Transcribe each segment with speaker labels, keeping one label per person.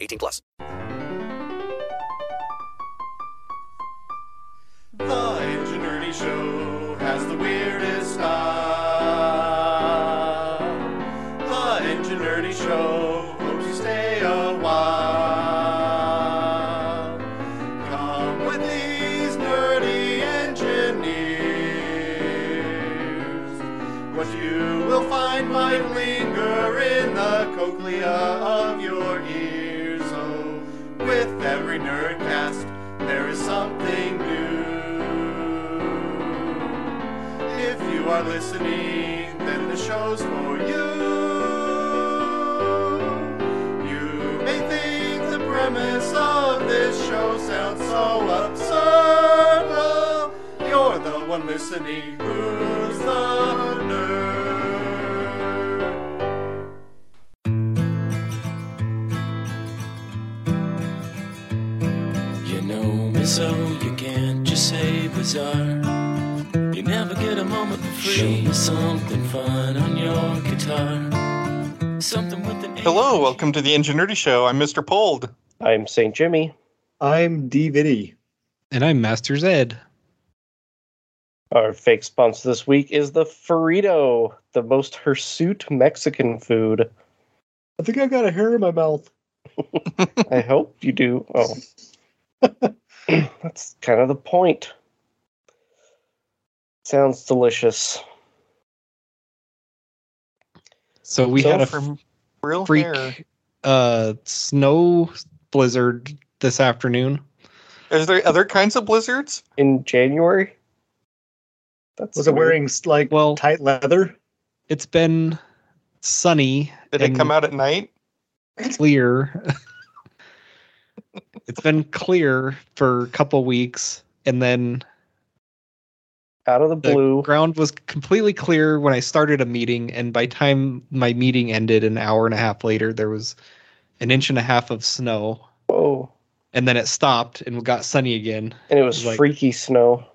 Speaker 1: 18 plus.
Speaker 2: The Ingenuity Show has the weirdest style. The Ingenuity Show hopes you stay a while. Come with these nerdy engineers. What you will find might linger in the cochlea of your ears. So, with every nerdcast, there is something new. If you are listening, then the show's for you. You may think the premise of this show sounds so absurd. Well, you're the one listening who's the nerd.
Speaker 3: You know me, so you can't just say bizarre. You never get a moment for free. Show me something fun on your guitar. Something with an
Speaker 4: Hello, welcome to the Ingenuity Show. I'm Mr. Pold.
Speaker 5: I'm St. Jimmy.
Speaker 6: I'm DVD.
Speaker 7: And I'm Masters Ed.
Speaker 5: Our fake sponsor this week is the Frito, the most hirsute Mexican food.
Speaker 6: I think I've got a hair in my mouth.
Speaker 5: I hope you do. Oh, that's kind of the point. Sounds delicious.
Speaker 7: So we
Speaker 5: So
Speaker 7: had a
Speaker 4: From real hair.
Speaker 7: freak uh, snow blizzard this afternoon.
Speaker 4: Is there other kinds of blizzards?
Speaker 5: In January? That's
Speaker 6: Was it
Speaker 5: weird.
Speaker 6: wearing like
Speaker 7: Well-
Speaker 6: tight leather?
Speaker 7: It's been sunny
Speaker 4: Did
Speaker 7: And-
Speaker 4: it come out at night?
Speaker 7: clear. it's been clear for a couple weeks, and then
Speaker 5: out of the
Speaker 7: the
Speaker 5: blue?
Speaker 7: ground was completely clear when I started a meeting, and by time my meeting ended an hour and a half later, there was an inch and a half of snow,
Speaker 5: Whoa.
Speaker 7: and then it stopped and got sunny again.
Speaker 5: And it was
Speaker 7: Like-
Speaker 5: freaky snow.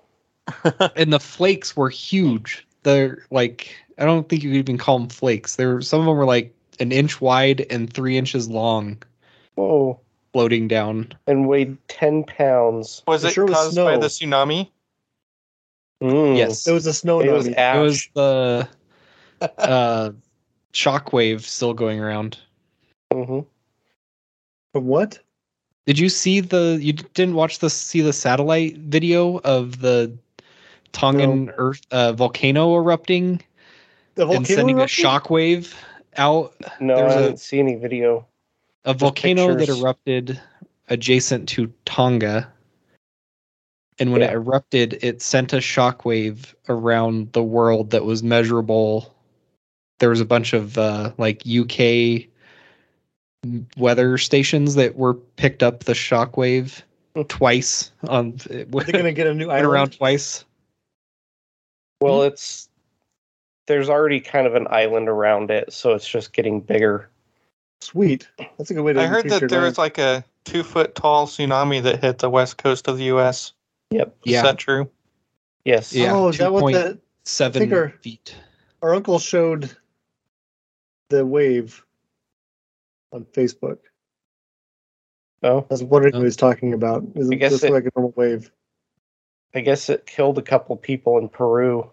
Speaker 7: and the flakes were huge. They're like I don't think you could even call them flakes. They were some of them were like an inch wide and three inches long,
Speaker 5: Whoa.
Speaker 7: floating down.
Speaker 5: And weighed 10 pounds.
Speaker 4: Was
Speaker 6: It
Speaker 4: it
Speaker 6: sure was
Speaker 4: caused by
Speaker 6: snow.
Speaker 4: the tsunami?
Speaker 5: Mm.
Speaker 7: Yes,
Speaker 6: It was a snow
Speaker 5: It was
Speaker 6: dummy.
Speaker 5: ash.
Speaker 7: It was the uh, shockwave still going around.
Speaker 5: hmm
Speaker 6: From what?
Speaker 7: Did you see the? You didn't watch the see the satellite video of the Tongan Earth uh, volcano erupting
Speaker 6: The volcano
Speaker 7: and sending
Speaker 6: erupted?
Speaker 7: a shockwave out
Speaker 5: No,
Speaker 7: There was
Speaker 5: I
Speaker 7: a-
Speaker 5: didn't see any video.
Speaker 7: a volcano that
Speaker 5: pictures.
Speaker 7: erupted adjacent to Tonga. And when it
Speaker 5: Yeah.
Speaker 7: erupted, it sent a shockwave around the world that was measurable. There was a bunch of uh, like UK weather stations that were picked up the shockwave twice on it
Speaker 6: Are they going to get a new
Speaker 7: went
Speaker 6: island?
Speaker 7: around twice.
Speaker 5: Well,
Speaker 7: Hmm?
Speaker 5: it's there's already kind of an island around it, so it's just getting bigger.
Speaker 6: Sweet. That's a good way to.
Speaker 4: I heard that there was like a two foot tall tsunami that hit the west coast of the U.S.
Speaker 5: Yep.
Speaker 4: Is
Speaker 7: Yeah.
Speaker 4: that true?
Speaker 5: Yes.
Speaker 7: Yeah.
Speaker 6: Oh, is that what
Speaker 7: 2.0.
Speaker 6: that
Speaker 7: Seven
Speaker 6: our-
Speaker 7: feet.
Speaker 6: our uncle showed? The wave on Facebook.
Speaker 5: Oh,
Speaker 6: I was wondering
Speaker 7: Oh.
Speaker 6: what he was talking about. Is
Speaker 5: I
Speaker 6: it
Speaker 5: guess
Speaker 6: just
Speaker 5: it-
Speaker 6: like a normal wave?
Speaker 5: I guess it killed a couple people in Peru.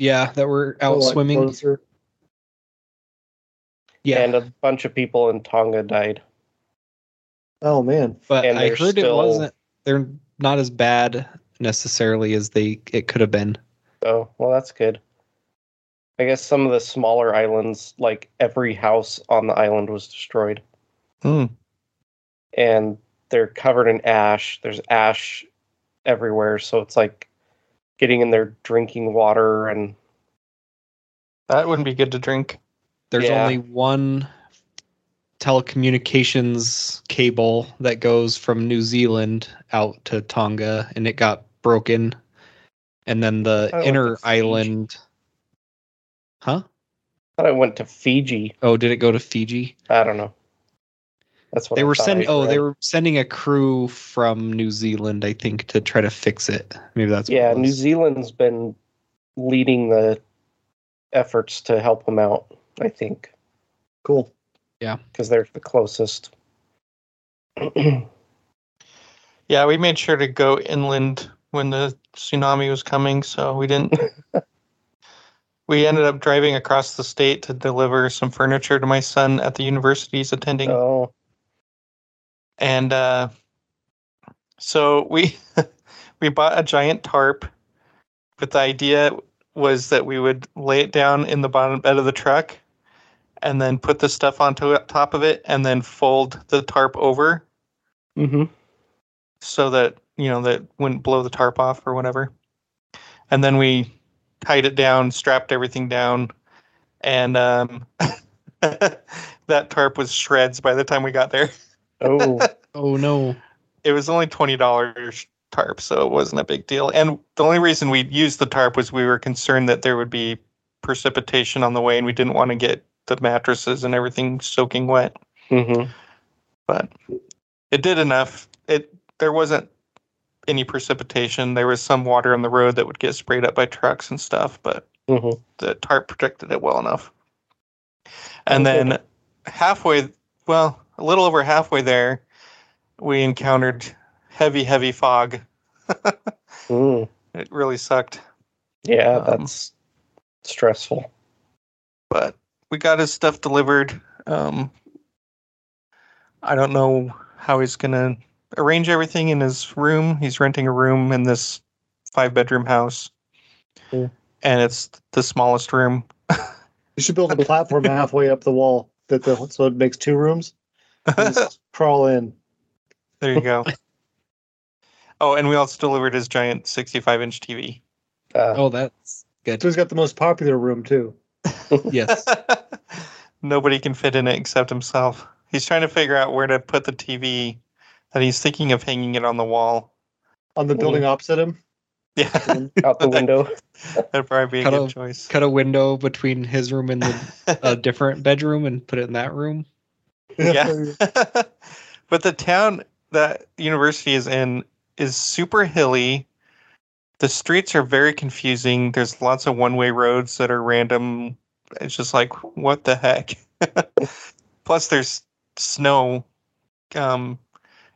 Speaker 7: Yeah, that were
Speaker 6: Or,
Speaker 7: out
Speaker 6: Oh, like,
Speaker 7: swimming.
Speaker 6: closer?
Speaker 7: yeah,
Speaker 5: And a bunch of people in Tonga died.
Speaker 6: Oh man,
Speaker 7: but
Speaker 5: and
Speaker 7: I
Speaker 5: they're
Speaker 7: heard it
Speaker 5: still-
Speaker 7: wasn't. They're not as bad necessarily as they it could have been.
Speaker 5: Oh, well, that's good. I guess some of the smaller islands, like every house on the island was destroyed.
Speaker 4: Hmm.
Speaker 5: and they're covered in ash. There's ash everywhere, so it's like getting in their drinking water and
Speaker 4: That wouldn't be good to drink.
Speaker 7: There's
Speaker 5: Yeah.
Speaker 7: only one telecommunications cable that goes from New Zealand out to Tonga, and it got broken. And then the
Speaker 5: Oh, like
Speaker 7: inner
Speaker 5: the Fiji.
Speaker 7: island, huh?
Speaker 5: thought I went to Fiji.
Speaker 7: Oh, did it go to Fiji?
Speaker 5: I don't know. That's what
Speaker 7: they
Speaker 5: I
Speaker 7: were
Speaker 5: thought
Speaker 7: sending.
Speaker 5: I
Speaker 7: Oh, they
Speaker 5: read.
Speaker 7: were sending a crew from New Zealand, I think, to try to fix it. Maybe that's what it
Speaker 5: Yeah, New
Speaker 7: was.
Speaker 5: Zealand's been leading the efforts to help them out. I think
Speaker 6: Cool.
Speaker 5: because they're the closest.
Speaker 4: Yeah, we made sure to go inland when the tsunami was coming, so we didn't. we ended up driving across the state to deliver some furniture to my son at the university he's attending.
Speaker 5: oh,
Speaker 4: and uh, so we we bought a giant tarp but the idea was that we would lay it down in the bottom bed of the truck and then put the stuff onto it, top of it and then fold the tarp over
Speaker 5: mm-hmm.
Speaker 4: so that you know that wouldn't blow the tarp off or whatever and then we tied it down strapped everything down and um, that tarp was shreds by the time we got there
Speaker 5: oh,
Speaker 7: Oh no!
Speaker 4: it was only twenty dollars tarp, so it wasn't a big deal. And the only reason we used the tarp was we were concerned that there would be precipitation on the way, and we didn't want to get the mattresses and everything soaking wet.
Speaker 5: mm-hmm.
Speaker 4: But it did enough. It there wasn't any precipitation. There was some water on the road that would get sprayed up by trucks and stuff, but
Speaker 5: Mm-hmm.
Speaker 4: the tarp protected it well enough. And
Speaker 5: Okay.
Speaker 4: then halfway, well, a little over halfway there, we encountered heavy, heavy fog.
Speaker 5: Mm.
Speaker 4: It really sucked,
Speaker 5: yeah,
Speaker 4: Um,
Speaker 5: that's stressful.
Speaker 4: but we got his stuff delivered. Um, I don't know how he's going to arrange everything in his room. He's renting a room in this five bedroom house.
Speaker 5: Yeah.
Speaker 4: And it's the smallest room.
Speaker 6: You should build a platform halfway up the wall that the so it makes two rooms. Just crawl in.
Speaker 4: There you go. oh, and we also delivered his giant 65 inch TV.
Speaker 5: Uh,
Speaker 7: Oh, that's good.
Speaker 6: So he's got the most popular room too.
Speaker 7: Yes.
Speaker 4: Nobody can fit in it except himself. He's trying to figure out where to put the TV, and he's thinking of hanging it on the wall.
Speaker 6: On the building opposite him.
Speaker 4: Yeah,
Speaker 5: out the window.
Speaker 4: that'd probably be a
Speaker 7: Cut
Speaker 4: good
Speaker 7: off.
Speaker 4: choice.
Speaker 7: Cut a window between his room and the, a different bedroom, and put it in that room.
Speaker 4: yeah. but the town that university is in is super hilly. The streets are very confusing. There's lots of one-way roads that are random. It's just like what the heck. Plus, there's snow um,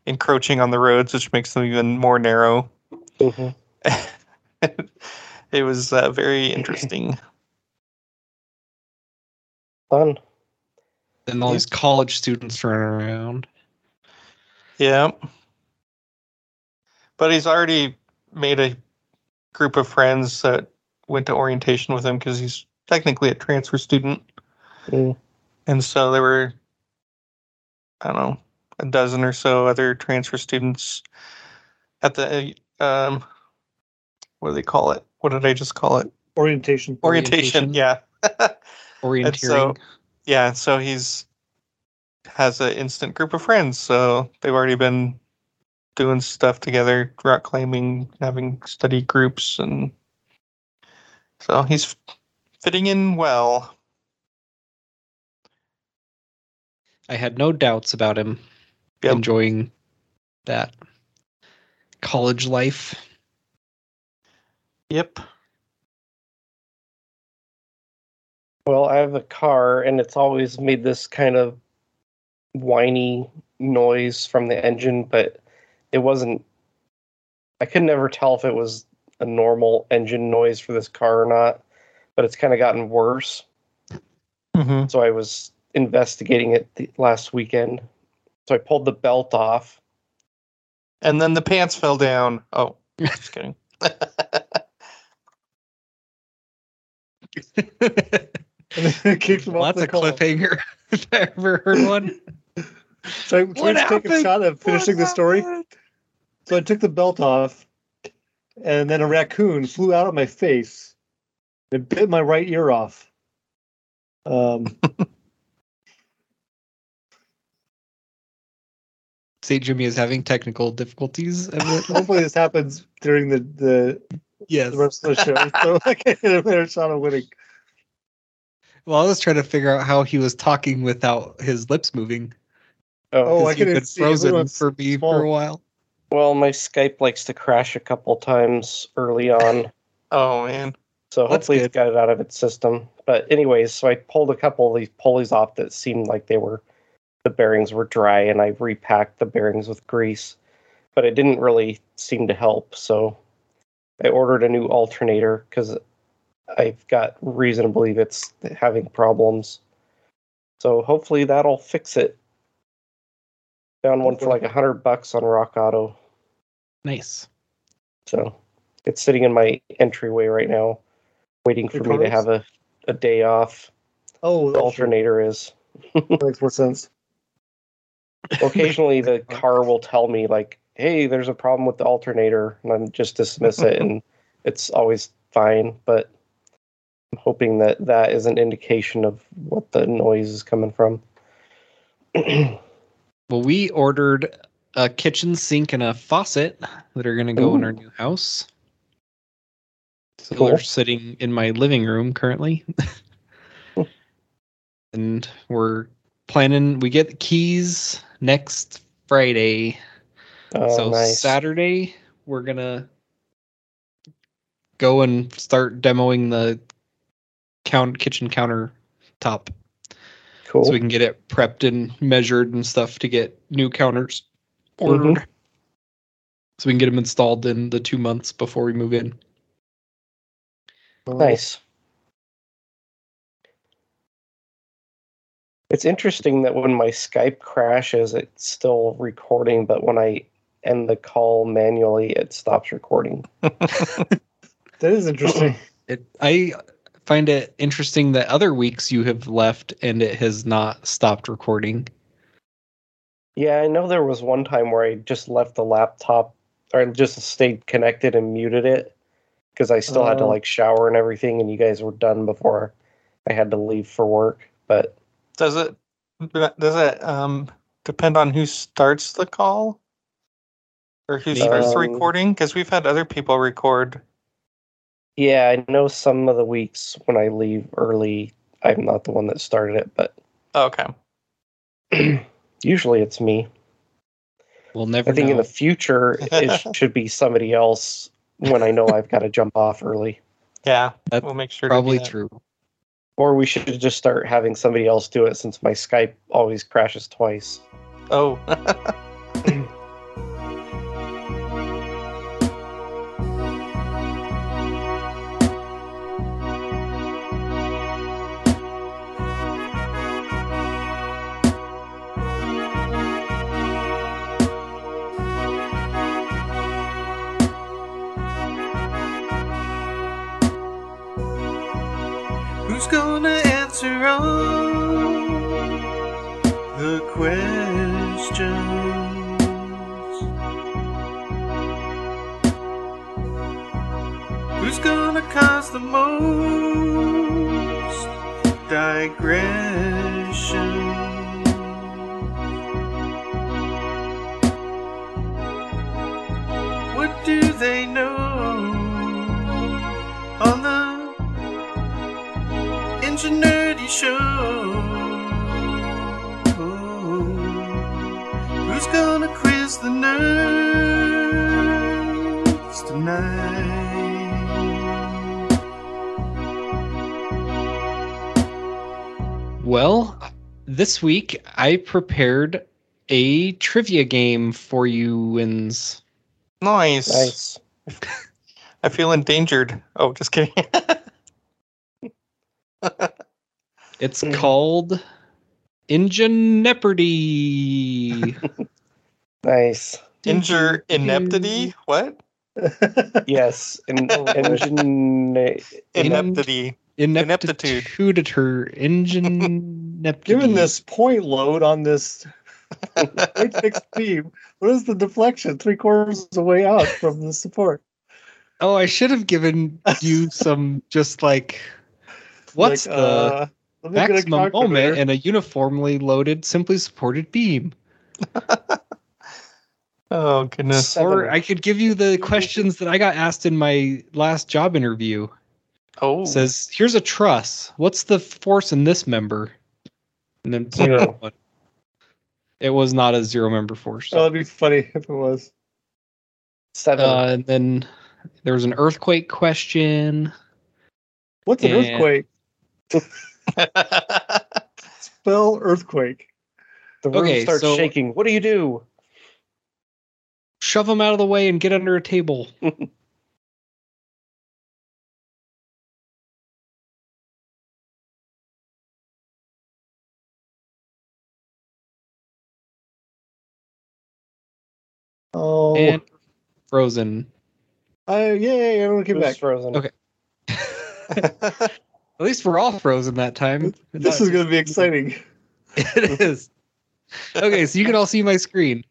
Speaker 4: encroaching on the roads, which makes them even more narrow.
Speaker 5: Mhm.
Speaker 4: it was uh, very interesting.
Speaker 5: Fun.
Speaker 7: And all these college students running around.
Speaker 4: Yeah. But he's already made a group of friends that went to orientation with him because he's technically a transfer student.
Speaker 5: Mm.
Speaker 4: And so there were, I don't know, a dozen or so other transfer students at the, um, what do they call it? What did I just call it?
Speaker 6: Orientation.
Speaker 4: Orientation.
Speaker 7: Orienteering.
Speaker 4: Yeah.
Speaker 7: Orienteering.
Speaker 4: so- yeah so he's has an instant group of friends so they've already been doing stuff together rock climbing having study groups and so he's fitting in well
Speaker 7: I had no doubts about him
Speaker 4: Yep.
Speaker 7: enjoying that college life.
Speaker 4: yep
Speaker 5: Well, I have a car, and it's always made this kind of whiny noise from the engine, but it wasn't. I could never tell if it was a normal engine noise for this car or not, but it's kind of gotten worse.
Speaker 4: mm-hmm.
Speaker 5: So I was investigating it the, last weekend. So I pulled the belt off.
Speaker 4: and then the pants fell down oh just kidding
Speaker 6: Kicked him off
Speaker 7: Lots
Speaker 6: the
Speaker 7: of
Speaker 6: call.
Speaker 7: cliffhanger. if I ever heard one.
Speaker 6: So can we
Speaker 7: What
Speaker 6: just take a
Speaker 7: happened?
Speaker 6: shot of finishing the story? So I took the belt off, and then a raccoon flew out of my face. It bit my right ear off. Um,
Speaker 7: St. Jimmy is having technical difficulties. evidently.
Speaker 6: Hopefully, this happens during the the,
Speaker 7: yes.
Speaker 6: the rest of the show, so I can hit a better shot of winning.
Speaker 7: Well, I was trying to figure out how he was talking without his lips moving.
Speaker 6: Oh,
Speaker 5: Oh,
Speaker 7: 'cause
Speaker 6: I
Speaker 7: you've
Speaker 6: couldn't
Speaker 7: been
Speaker 6: see.
Speaker 7: frozen
Speaker 6: Everyone's
Speaker 7: for me for
Speaker 6: small.
Speaker 7: a while.
Speaker 5: well, my Skype likes to crash a couple times early on.
Speaker 4: Oh man.
Speaker 5: So
Speaker 7: That's
Speaker 5: hopefully
Speaker 7: good.
Speaker 5: it's got it out of its system. But anyways, so I pulled a couple of these pulleys off that seemed like they were the bearings were dry and I repacked the bearings with grease. But it didn't really seem to help, so I ordered a new alternator because I've got reason to believe it's having problems. So hopefully that'll fix it. Found one for like a hundred bucks on Rock Auto.
Speaker 7: Nice.
Speaker 5: So it's sitting in my entryway right now, waiting for
Speaker 6: Your
Speaker 5: me to
Speaker 6: products?
Speaker 5: have a, a day off.
Speaker 6: Oh,
Speaker 5: The alternator is.
Speaker 6: That makes more sense.
Speaker 5: Occasionally, the car will tell me, like, hey, there's a problem with the alternator, and I'm just dismiss it, and it's always fine. But I'm hoping that that is an indication of what the noise is coming from.
Speaker 7: Well, we ordered a kitchen sink and a faucet that are going to go in our
Speaker 5: Ooh.
Speaker 7: new house. So
Speaker 5: Cool.
Speaker 7: they're sitting in my living room currently. and we're planning, we get the keys next Friday.
Speaker 5: Oh,
Speaker 7: so
Speaker 5: nice.
Speaker 7: Saturday, we're going to go and start demoing the count, kitchen countertop
Speaker 5: cool.
Speaker 7: so we can get it prepped and measured and stuff to get new counters ordered. So we can get them installed in the two months before we move in.
Speaker 5: Nice. It's interesting that when my Skype crashes, it's still recording, but when I end the call manually, it stops recording.
Speaker 6: That is interesting.
Speaker 7: It, I find it interesting that other weeks you have left and it has not stopped recording.
Speaker 5: Yeah, I know there was one time where I just left the laptop or just stayed connected and muted it because I still had to
Speaker 6: Oh.
Speaker 5: like shower and everything, and you guys were done before I had to leave for work. But
Speaker 4: Does it does it um depend on who starts the call? Or who starts the
Speaker 5: Um,
Speaker 4: recording? Because we've had other people record.
Speaker 5: yeah, I know some of the weeks when I leave early, I'm not the one that started it, but
Speaker 4: Okay.
Speaker 5: usually it's me.
Speaker 7: We'll
Speaker 5: I
Speaker 7: never
Speaker 5: think in
Speaker 7: know.
Speaker 5: the future it sh- should be somebody else when I know I've got to jump off early.
Speaker 4: Yeah.
Speaker 7: That's
Speaker 4: we'll make sure to do
Speaker 7: Probably
Speaker 4: that.
Speaker 7: true.
Speaker 5: Or we should just start having somebody else do it since my Skype always crashes twice.
Speaker 4: Oh.
Speaker 2: Who's gonna answer all the questions? Who's gonna cause the most digression? What do they know on the Ingenuity Show. Who's gonna quiz the nerds tonight?
Speaker 7: Well, this week I prepared a trivia game for you, Wins.
Speaker 4: Nice.
Speaker 5: Nice.
Speaker 4: I feel endangered. Oh, just kidding.
Speaker 7: It's
Speaker 5: Mhm.
Speaker 7: called Engine Jeopardy.
Speaker 5: Nice.
Speaker 4: Injure ineptity? What?
Speaker 5: Yes. And
Speaker 7: Oh,
Speaker 5: engine
Speaker 4: Ineptity. Ineptitude.
Speaker 7: Ineptitude. Ingeneptitude.
Speaker 6: Given this point load on this right fixed beam, what is the deflection? Three quarters of the way out from the support.
Speaker 7: Oh, I should have given you some just like what's
Speaker 6: Like,
Speaker 7: the
Speaker 6: uh, let me get a
Speaker 7: maximum moment
Speaker 6: calculator.
Speaker 7: in a uniformly loaded, simply supported beam?
Speaker 4: Oh goodness.
Speaker 5: Seven.
Speaker 7: Uh, Or I could give you the questions that I got asked in my last job interview.
Speaker 4: Oh.
Speaker 7: It says, here's a truss. What's the force in this member? And then point
Speaker 5: Zero.
Speaker 7: out one. It was not a zero member force.
Speaker 6: Oh, that'd be funny if it was.
Speaker 5: Seven.
Speaker 7: Uh, and then there was an earthquake question.
Speaker 6: What's an
Speaker 7: Yeah.
Speaker 6: earthquake? Spell earthquake.
Speaker 5: the room
Speaker 7: okay,
Speaker 5: starts
Speaker 7: so-
Speaker 5: shaking. What do you do?
Speaker 7: Shove them out of the way and get under a table.
Speaker 6: Oh,
Speaker 7: And frozen.
Speaker 6: I, yay! Everyone came
Speaker 5: Who's
Speaker 6: back.
Speaker 5: frozen?
Speaker 7: Okay. At least we're all frozen that time.
Speaker 6: This is going to be exciting.
Speaker 7: it is. Okay, so you can all see my screen.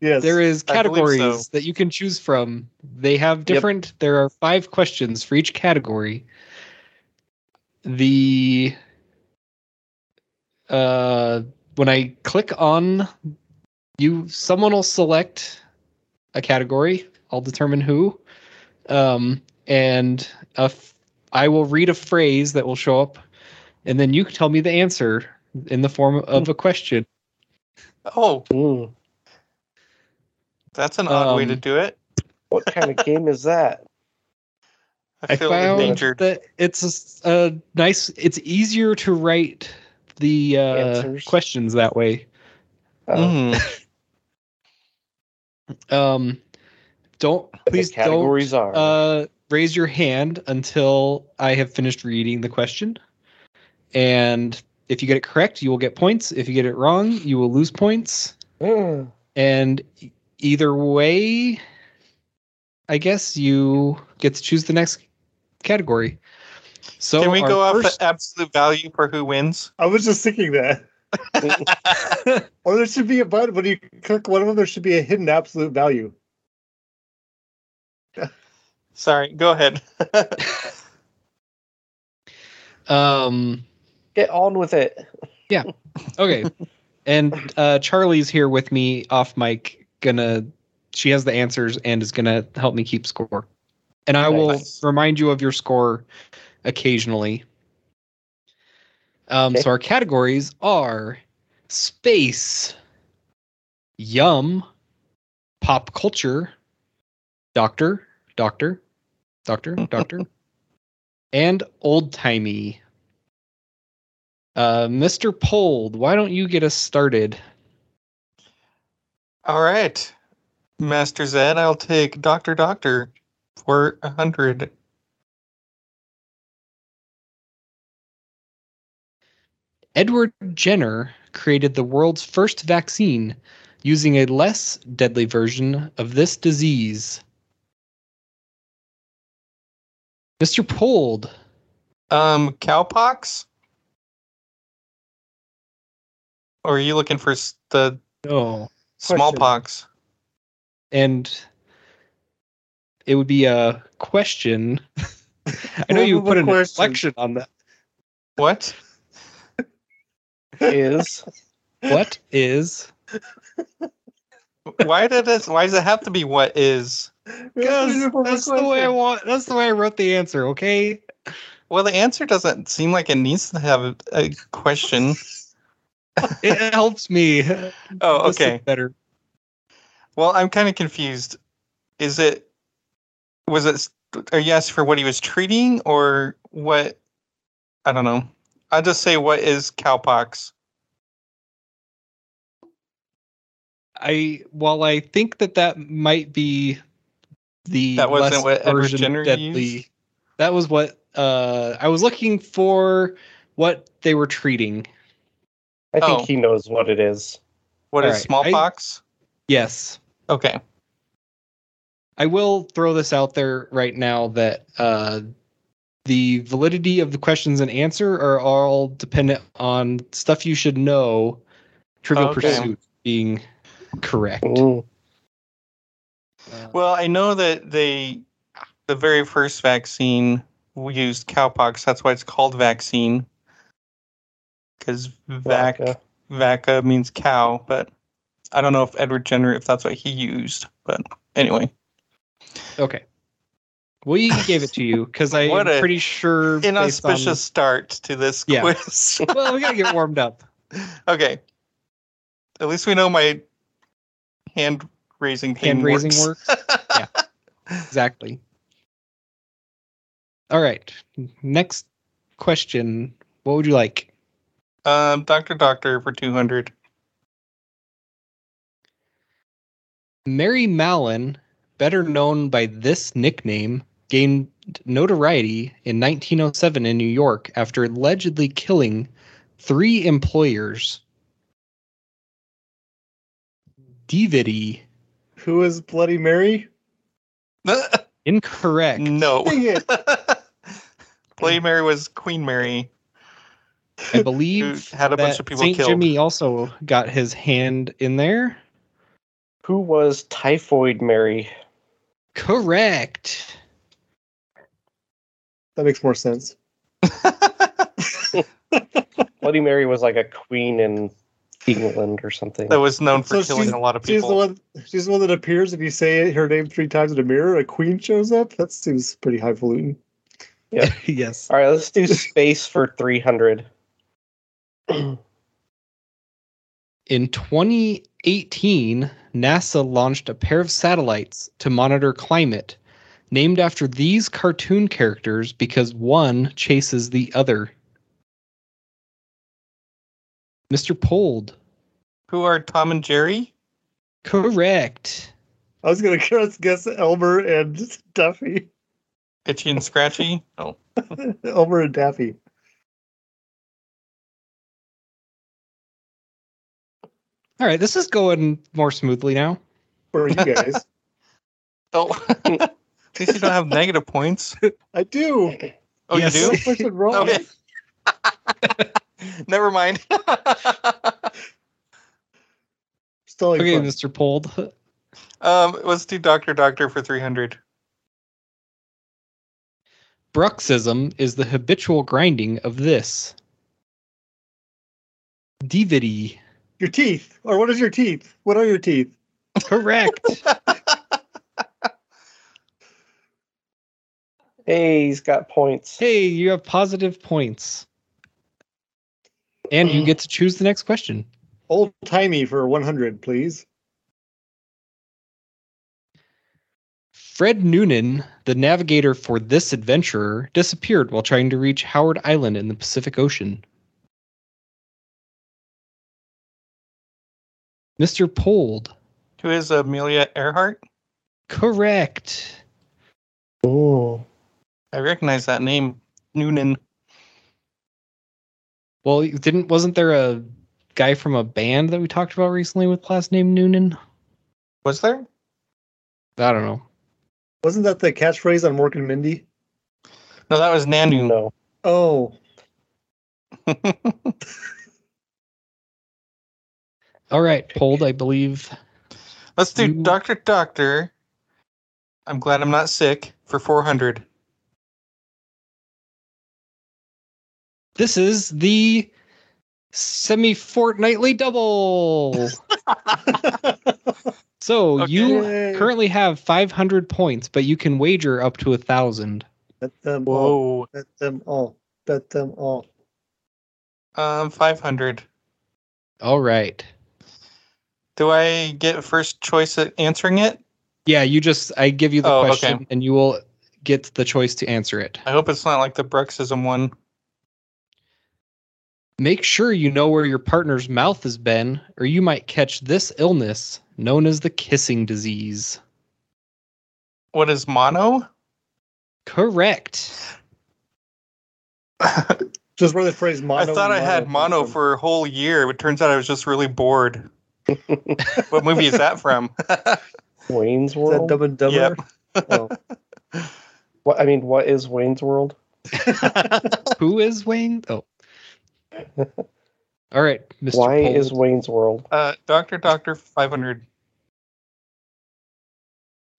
Speaker 6: Yes.
Speaker 7: There is
Speaker 4: I believe
Speaker 7: categories
Speaker 4: so.
Speaker 7: that you can choose from. They have different. There are five questions for each category. The uh, when I click on you, someone will select a category. I'll determine who, um, and a f- I will read a phrase that will show up, and then you tell me the answer in the form
Speaker 4: Hmm.
Speaker 7: of a question.
Speaker 4: oh,
Speaker 5: Mm,
Speaker 4: that's an odd way to
Speaker 7: Um,
Speaker 4: do it.
Speaker 5: what kind of game is that?
Speaker 4: I
Speaker 7: I
Speaker 4: feel
Speaker 7: found
Speaker 4: endangered.
Speaker 7: that it's a s- a, nice. It's easier to write the uh,
Speaker 5: Answers.
Speaker 7: questions that way.
Speaker 5: Uh,
Speaker 4: Mm.
Speaker 7: Um, don't please
Speaker 5: the categories
Speaker 7: don't
Speaker 5: are
Speaker 7: uh, raise your hand until I have finished reading the question. And if you get it correct, you will get points. If you get it wrong, you will lose points. uh,
Speaker 5: Mm,
Speaker 7: And e- either way, I guess you get to choose the next category. So
Speaker 4: Can we
Speaker 7: our
Speaker 4: go off
Speaker 7: first-
Speaker 4: the absolute value for who wins?
Speaker 6: I was just thinking that. Or there should be a button when you click one of them. There should be a hidden absolute value.
Speaker 4: Sorry, go ahead.
Speaker 7: Um.
Speaker 5: get on with it.
Speaker 7: Okay. and uh, Charlie's here with me off mic. Gonna she has the answers and is gonna help me keep score. And I will
Speaker 4: Nice.
Speaker 7: remind you of your score occasionally. Um,
Speaker 5: Okay.
Speaker 7: So our categories are space, yum, pop culture, doctor, doctor, doctor, doctor, and old timey. Uh, Mr. Pold, why don't you get us started?
Speaker 4: All right, Master Zed, I'll take Doctor Doctor for a hundred.
Speaker 7: Edward Jenner created the world's first vaccine using a less deadly version of this disease. Mr. Pold,
Speaker 4: Um, cowpox. Or are you looking for s- the
Speaker 7: no,
Speaker 4: smallpox?
Speaker 7: and it would be a question. I know you
Speaker 6: What
Speaker 7: put an
Speaker 6: question?
Speaker 7: inflection on that.
Speaker 4: What?
Speaker 5: Is
Speaker 7: What is?
Speaker 4: Why did it? Why does it have to be what is?
Speaker 7: Because that's the way I want. That's the way I wrote the answer. Okay.
Speaker 4: Well, the answer doesn't seem like it needs to have a, a question.
Speaker 7: It helps me.
Speaker 4: Oh,
Speaker 7: This is
Speaker 4: okay.
Speaker 7: Better.
Speaker 4: Well, I'm kind of confused. Is it was it a yes for what he was treating or what? I don't know. I'll just say what is cowpox.
Speaker 7: I while I think that that might be the
Speaker 4: That wasn't
Speaker 7: less
Speaker 4: what Edward
Speaker 7: version
Speaker 4: Jenner
Speaker 7: deadly.
Speaker 4: used?
Speaker 7: That was what uh, I was looking for. What they were treating.
Speaker 5: I think
Speaker 4: Oh.
Speaker 5: he knows what it is.
Speaker 4: What is
Speaker 7: All right, I-
Speaker 4: smallpox?
Speaker 7: Yes,
Speaker 4: okay.
Speaker 7: I will throw this out there right now that uh, the validity of the questions and answer are all dependent on stuff you should know. Trivial
Speaker 4: Okay.
Speaker 7: Pursuit being correct.
Speaker 5: Mm,
Speaker 7: Uh,
Speaker 4: Well, I know that they the very first vaccine used cowpox. That's why it's called vaccine. Because vac
Speaker 5: Vodka.
Speaker 4: vaca means cow, but I don't know if Edward Jenner, if that's what he used, but anyway.
Speaker 7: Okay. We gave it to you because I'm
Speaker 4: What a
Speaker 7: pretty sure. based on-
Speaker 4: Inauspicious start to this
Speaker 7: Yeah.
Speaker 4: quiz.
Speaker 7: well, we gotta get warmed up.
Speaker 4: okay. At least we know my hand raising thing
Speaker 7: Hand raising
Speaker 4: works.
Speaker 7: works. yeah, exactly. All right. Next question. What would you like?
Speaker 4: Um, Doctor Doctor for two hundred.
Speaker 7: Mary Mallon, better known by this nickname, gained notoriety in 1907 in New York after allegedly killing three employers. DVD.
Speaker 6: Who is Bloody Mary?
Speaker 7: Incorrect.
Speaker 4: no.
Speaker 6: Dang it.
Speaker 4: Bloody Mary was Queen Mary.
Speaker 7: I believe
Speaker 4: Who had a bunch
Speaker 7: that
Speaker 4: of people
Speaker 7: Saint
Speaker 4: killed.
Speaker 7: Jimmy also got his hand in there.
Speaker 5: Who was Typhoid Mary?
Speaker 7: Correct.
Speaker 6: That makes more sense.
Speaker 5: Bloody Mary was like a queen in England or something.
Speaker 4: That was known for
Speaker 6: So
Speaker 4: killing
Speaker 6: she's-
Speaker 4: a lot of
Speaker 6: She's the
Speaker 4: people.
Speaker 6: one. She's the one that appears if you say her name three times in a mirror. A queen shows up. That seems pretty highfalutin.
Speaker 7: yes.
Speaker 5: All right, let's do space for 300.
Speaker 7: In 2018, NASA launched a pair of satellites to monitor climate, named after these cartoon characters because one chases the other. Mr. Pold.
Speaker 4: Who are Tom and Jerry?
Speaker 7: Correct.
Speaker 6: I was gonna guess, guess Elmer and Duffy.
Speaker 4: Itchy and Scratchy. Oh,
Speaker 6: Elmer and Daffy.
Speaker 7: All right, this is going more smoothly now.
Speaker 6: Or you guys.
Speaker 4: oh. At least you don't have negative points.
Speaker 6: I do.
Speaker 4: Oh,
Speaker 7: Yes.
Speaker 4: you
Speaker 6: No
Speaker 4: do?
Speaker 6: question wrong.
Speaker 4: Okay. Never mind.
Speaker 6: Still like
Speaker 7: Okay,
Speaker 6: fun.
Speaker 7: Mr. Pold.
Speaker 4: um, let's do Doctor Doctor for three hundred.
Speaker 7: Bruxism is the habitual grinding of this. DVD.
Speaker 6: Your teeth. Or what is your teeth? What are your teeth?
Speaker 7: Correct.
Speaker 5: Hey, he's got points.
Speaker 7: hey, you have positive points. And you get to choose the next question.
Speaker 6: Old timey for 100, please.
Speaker 7: Fred Noonan, the navigator for this adventurer, disappeared while trying to reach Howard Island in the Pacific Ocean. Mr. Pold.
Speaker 4: Who is Amelia Earhart?
Speaker 7: Correct.
Speaker 5: Oh.
Speaker 4: I recognize that name. Noonan.
Speaker 7: Well, didn't wasn't there a guy from a band that we talked about recently with last name Noonan?
Speaker 4: Was there?
Speaker 7: I don't know.
Speaker 6: Wasn't that the catchphrase on Mork and Mindy?
Speaker 4: No, that was Nanu.
Speaker 5: No.
Speaker 6: Oh,
Speaker 7: All right, Pold, I believe.
Speaker 4: Let's do
Speaker 7: You-
Speaker 4: Doctor Doctor. I'm glad I'm not sick for 400.
Speaker 7: This is the semi fortnightly double. so
Speaker 4: Okay.
Speaker 7: you
Speaker 6: Yay.
Speaker 7: currently have 500 points, but you can wager up to a thousand.
Speaker 6: bet them all.
Speaker 4: Whoa.
Speaker 6: Bet them all. Bet them all.
Speaker 4: Um, 500.
Speaker 7: All right.
Speaker 4: Do I get first choice at answering it?
Speaker 7: Yeah, you just I give you the
Speaker 4: Oh,
Speaker 7: question
Speaker 4: okay.
Speaker 7: and you will get the choice to answer it.
Speaker 4: I hope it's not like the Bruxism one.
Speaker 7: Make sure you know where your partner's mouth has been, or you might catch this illness known as the kissing disease.
Speaker 4: What is mono?
Speaker 7: Correct.
Speaker 6: Just where the phrase mono.
Speaker 4: I thought I
Speaker 6: and
Speaker 4: had mono
Speaker 6: comes from.
Speaker 4: for a whole year, but turns out I was just really bored. what movie is that from?
Speaker 5: Wayne's
Speaker 6: Is that
Speaker 5: World?
Speaker 6: Dumb and Dumber? Oh.
Speaker 5: What, I mean, what is Wayne's World?
Speaker 7: Who is Wayne? Oh. All right, Mr.
Speaker 5: Why
Speaker 7: Pold.
Speaker 5: is Wayne's World?
Speaker 4: uh, Doctor Doctor 500.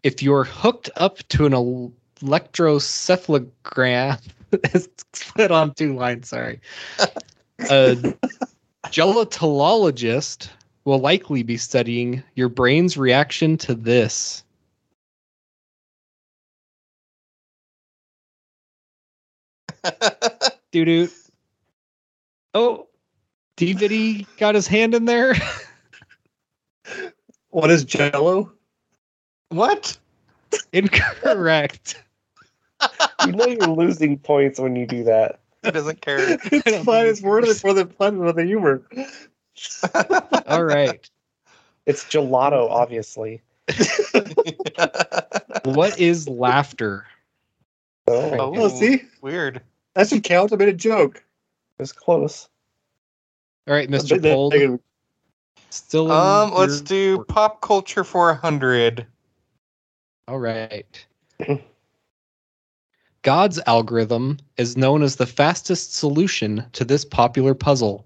Speaker 7: if you're hooked up to an el- electrocephalogram, it's split on two lines, sorry. A gelatologist will likely be studying your brain's reaction to this. Doo doo. Oh, DVD got his hand in there.
Speaker 6: What is Jello?
Speaker 4: What?
Speaker 7: Incorrect.
Speaker 5: You know you're losing points when you do that.
Speaker 4: He doesn't care.
Speaker 7: don't
Speaker 6: It's fine.
Speaker 7: think
Speaker 6: It's worth it for the fun of the humor.
Speaker 7: All right.
Speaker 5: It's
Speaker 6: Mm-hmm.
Speaker 5: gelato, obviously.
Speaker 7: What is laughter?
Speaker 5: Oh, my
Speaker 4: Oh.
Speaker 5: God.
Speaker 6: Well, see,
Speaker 4: Weird.
Speaker 6: that should count. I made a joke.
Speaker 5: it was close.
Speaker 7: All right, Mr.
Speaker 6: That-
Speaker 7: Pold.
Speaker 6: that-
Speaker 7: Still in
Speaker 4: Um, let's
Speaker 7: your-
Speaker 4: do pop culture for a hundred.
Speaker 7: All right. God's algorithm is known as the fastest solution to this popular puzzle.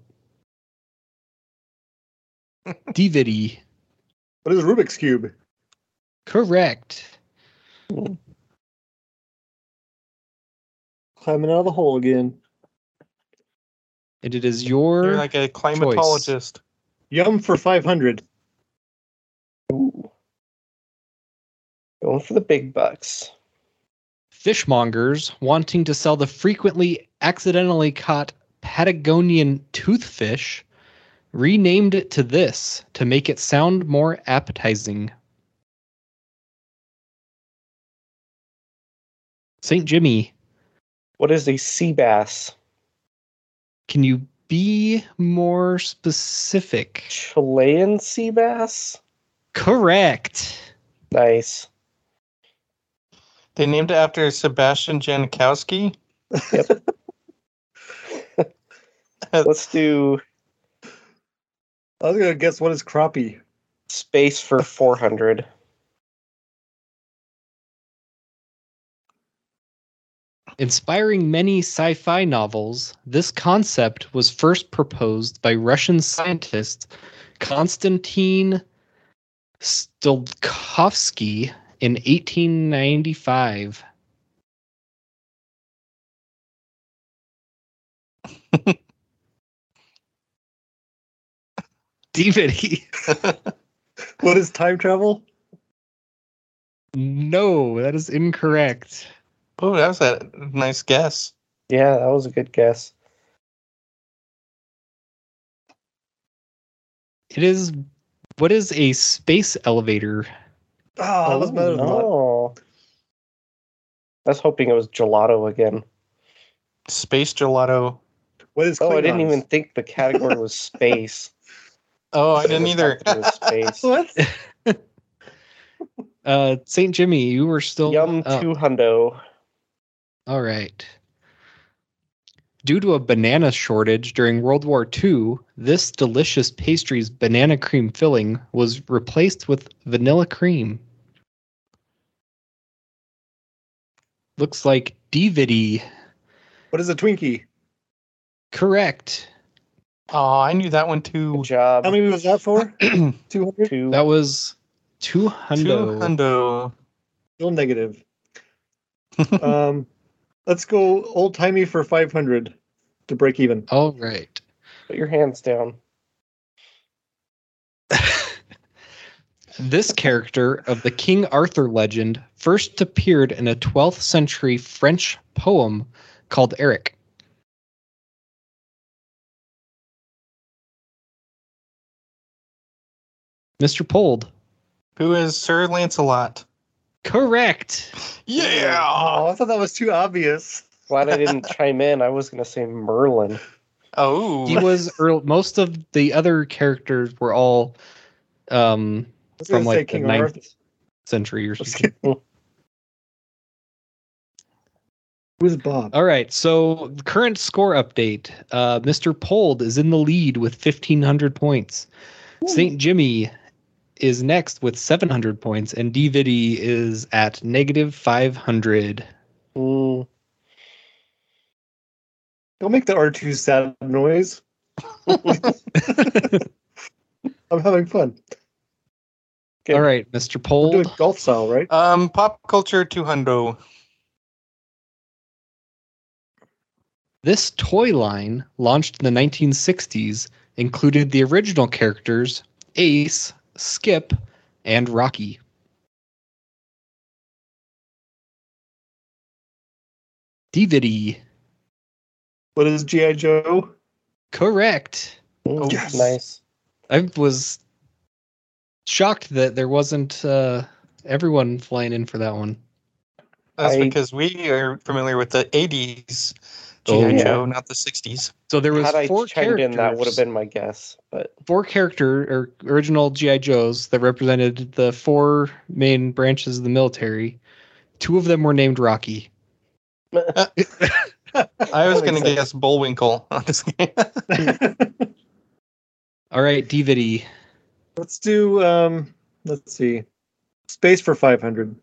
Speaker 7: DVD.
Speaker 6: What is Rubik's Cube?
Speaker 7: Correct.
Speaker 6: Climbing out of the hole again.
Speaker 7: And it is your
Speaker 4: You're like a climatologist.
Speaker 6: Yum for 500.
Speaker 5: Ooh. Going for the big bucks.
Speaker 7: fishmongers wanting to sell the frequently accidentally caught Patagonian toothfish renamed it to this to make it sound more appetizing. St. Jimmy,
Speaker 5: What is a sea bass?
Speaker 7: can you be more specific?
Speaker 5: Chilean sea bass?
Speaker 7: Correct.
Speaker 5: Nice.
Speaker 4: They named it after Sebastian Janikowski.
Speaker 5: Let's do
Speaker 6: I was going to guess what is crappie?
Speaker 5: space for 400.
Speaker 7: Inspiring many sci fi novels, this concept was first proposed by Russian scientist Konstantin Stolkovsky in 1895. DVD.
Speaker 6: What is time travel?
Speaker 7: No, that is incorrect.
Speaker 4: Oh, that was a nice guess.
Speaker 5: Yeah, that was a good guess.
Speaker 7: It is what is a space elevator?
Speaker 6: Ah, that was better than that.
Speaker 5: Oh, no. I was hoping it was gelato again.
Speaker 4: Space gelato.
Speaker 6: What is
Speaker 5: Oh, I didn't
Speaker 6: Klingons?
Speaker 5: even think the category was space.
Speaker 4: Oh, I didn't either.
Speaker 5: It was space.
Speaker 6: What?
Speaker 7: Uh Saint Jimmy, you were still
Speaker 5: Yum
Speaker 7: up.
Speaker 5: two hundo.
Speaker 7: All right. Due to a banana shortage during World War II, this delicious pastry's banana cream filling was replaced with vanilla cream. Looks like DVD.
Speaker 6: What is a Twinkie?
Speaker 7: Correct.
Speaker 4: Oh, I knew that one
Speaker 5: Good
Speaker 4: too.
Speaker 5: job.
Speaker 6: How many was that for? 200?
Speaker 5: two.
Speaker 7: That was
Speaker 4: Two
Speaker 7: 200.
Speaker 4: hundo.
Speaker 6: Still negative. um, let's go old timey for 500 to break even.
Speaker 7: All right.
Speaker 5: Put your hands down.
Speaker 7: This character of the King Arthur legend first appeared in a 12th century French poem called Eric. Mr. Pold.
Speaker 4: Who is Sir Lancelot?
Speaker 7: Correct.
Speaker 4: Yeah.
Speaker 6: Oh, I thought that was too obvious.
Speaker 5: Glad I didn't chime in. I was gonna say Merlin.
Speaker 7: He
Speaker 4: Oh,
Speaker 7: was earl most of the other characters were all um
Speaker 6: I was
Speaker 7: From,
Speaker 6: gonna
Speaker 7: like,
Speaker 6: say King
Speaker 7: the ninth-
Speaker 6: Arthur.
Speaker 7: century or something.
Speaker 6: Who's Bob?
Speaker 7: All right. So current score update. Uh, Mr. Pold is in the lead with fifteen hundred points. Saint Jimmy is next with seven hundred points, and DVD is at negative five hundred. Hmm.
Speaker 5: Mm,
Speaker 6: Don't make the R2 sad noise. I'm having fun.
Speaker 5: Okay.
Speaker 7: All right, Mr.
Speaker 6: We're doing
Speaker 7: Pold.
Speaker 6: golf style, right?
Speaker 4: um, pop culture two hundo.
Speaker 7: This toy line, launched in the nineteen sixties, included the original characters Ace, Skip, and Rocky. DVD.
Speaker 6: What is GI Joe?
Speaker 7: Correct.
Speaker 5: Mm,
Speaker 6: Yes.
Speaker 5: Nice.
Speaker 7: I was shocked that there wasn't uh, everyone flying in for that one.
Speaker 4: That's
Speaker 5: I-
Speaker 4: because we are familiar with the 80s GI
Speaker 7: Oh,
Speaker 5: yeah.
Speaker 4: Joe, not the 60s.
Speaker 7: So there was
Speaker 5: Had I
Speaker 7: four
Speaker 5: chimed in, that would have
Speaker 7: characters.
Speaker 5: been my guess. But
Speaker 7: four character or original GI Joes that represented the four main branches of the military. Two of them were named Rocky.
Speaker 4: I was going to
Speaker 5: Exactly.
Speaker 4: guess Bullwinkle on this game.
Speaker 7: All right, DVD.
Speaker 6: Let's do. Um, let's see. Space for five hundred.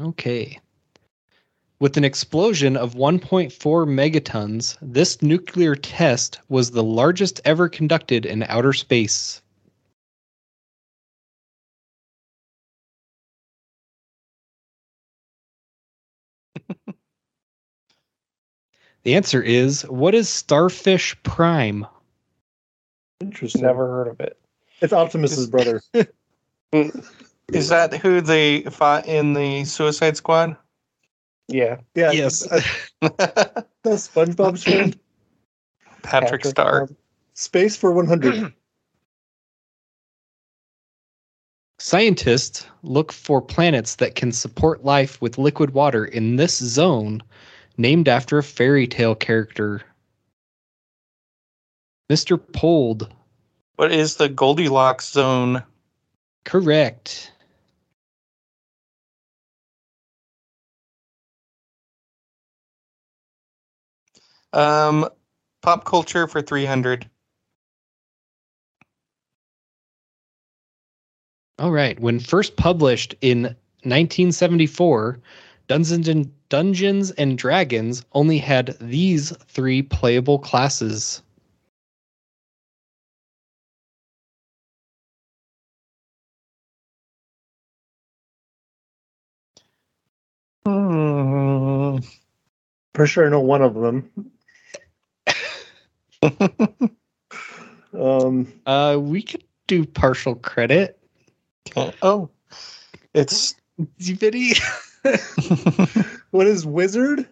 Speaker 7: Okay. With an explosion of 1.4 megatons, this nuclear test was the largest ever conducted in outer space. the answer is what is Starfish Prime?
Speaker 6: Interesting.
Speaker 5: never heard of it.
Speaker 6: It's Optimus's brother.
Speaker 4: Is that who they fought in the Suicide Squad?
Speaker 5: Yeah.
Speaker 6: Yeah. uh,
Speaker 4: Patrick,
Speaker 6: that's SpongeBob's friend.
Speaker 4: Star.
Speaker 5: Bob.
Speaker 6: Space for one hundred.
Speaker 7: Scientists look for planets that can support life with liquid water in this zone, named after a fairy tale character. Mr. Pold,
Speaker 4: What is the Goldilocks zone?
Speaker 7: correct.
Speaker 4: Um, pop culture for 300.
Speaker 7: All right. When first published in 1974, Dungeons and, Dungeons and Dragons only had these three playable classes.
Speaker 4: Hmm.
Speaker 6: For sure, I know one of them. um,
Speaker 7: Uh, we could do partial credit.
Speaker 4: Okay. Oh, it's
Speaker 7: DVD.
Speaker 6: what is wizard?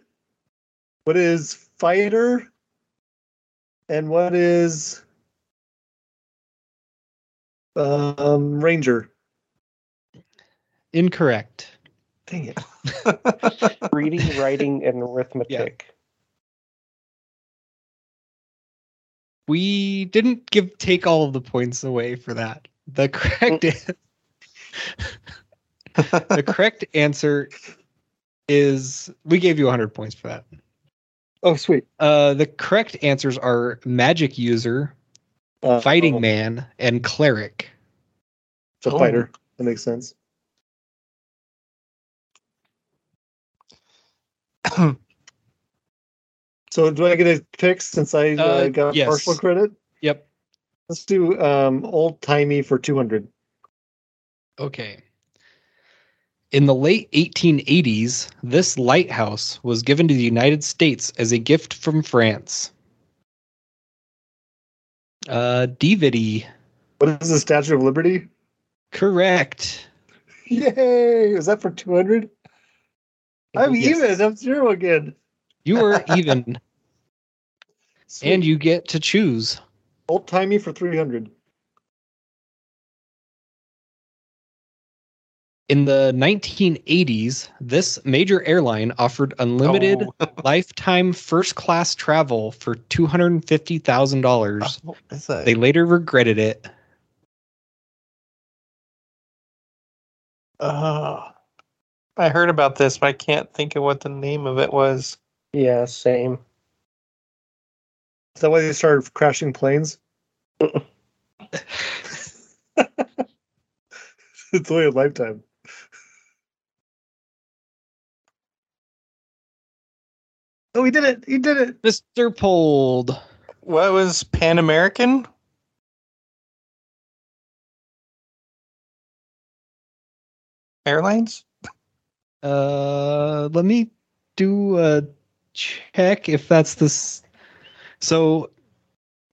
Speaker 6: What is fighter? And what is um, ranger?
Speaker 7: Incorrect.
Speaker 6: Dang it!
Speaker 5: Reading, writing, and arithmetic.
Speaker 7: We didn't give take all of the points away for that. The correct an- the correct answer is we gave you 100 points for that.
Speaker 6: Oh, sweet!
Speaker 7: Uh, the correct answers are magic user,
Speaker 6: Uh,
Speaker 7: fighting
Speaker 6: oh,
Speaker 7: man, Oh. and cleric.
Speaker 6: It's a fighter. That makes sense. So, do I get a pick since I uh,
Speaker 7: Uh,
Speaker 6: got
Speaker 7: yes.
Speaker 6: partial credit?
Speaker 7: Yep.
Speaker 6: Let's do um, old timey for two hundred.
Speaker 7: Okay. In the late 1880s, this lighthouse was given to the United States as a gift from France. Uh, DVD,
Speaker 6: What is the Statue of Liberty?
Speaker 7: correct.
Speaker 6: Yay! Is that for 200? I'm
Speaker 7: Yes.
Speaker 6: even. I'm zero again.
Speaker 7: You were even, and you get to choose.
Speaker 6: old timey for 300.
Speaker 7: In the 1980s, this major airline offered unlimited
Speaker 4: Oh.
Speaker 7: lifetime first class travel for $250,000.
Speaker 4: What is that?
Speaker 7: They later regretted it.
Speaker 4: Uh, I heard about this, but I can't think of what the name of it was.
Speaker 5: Yeah, same.
Speaker 6: Is that why they started crashing planes? it's only a lifetime. Oh, he did it! He did it!
Speaker 7: Mr. Pold.
Speaker 4: What was Pan American? Airlines?
Speaker 7: Uh, let me do a check if that's this. So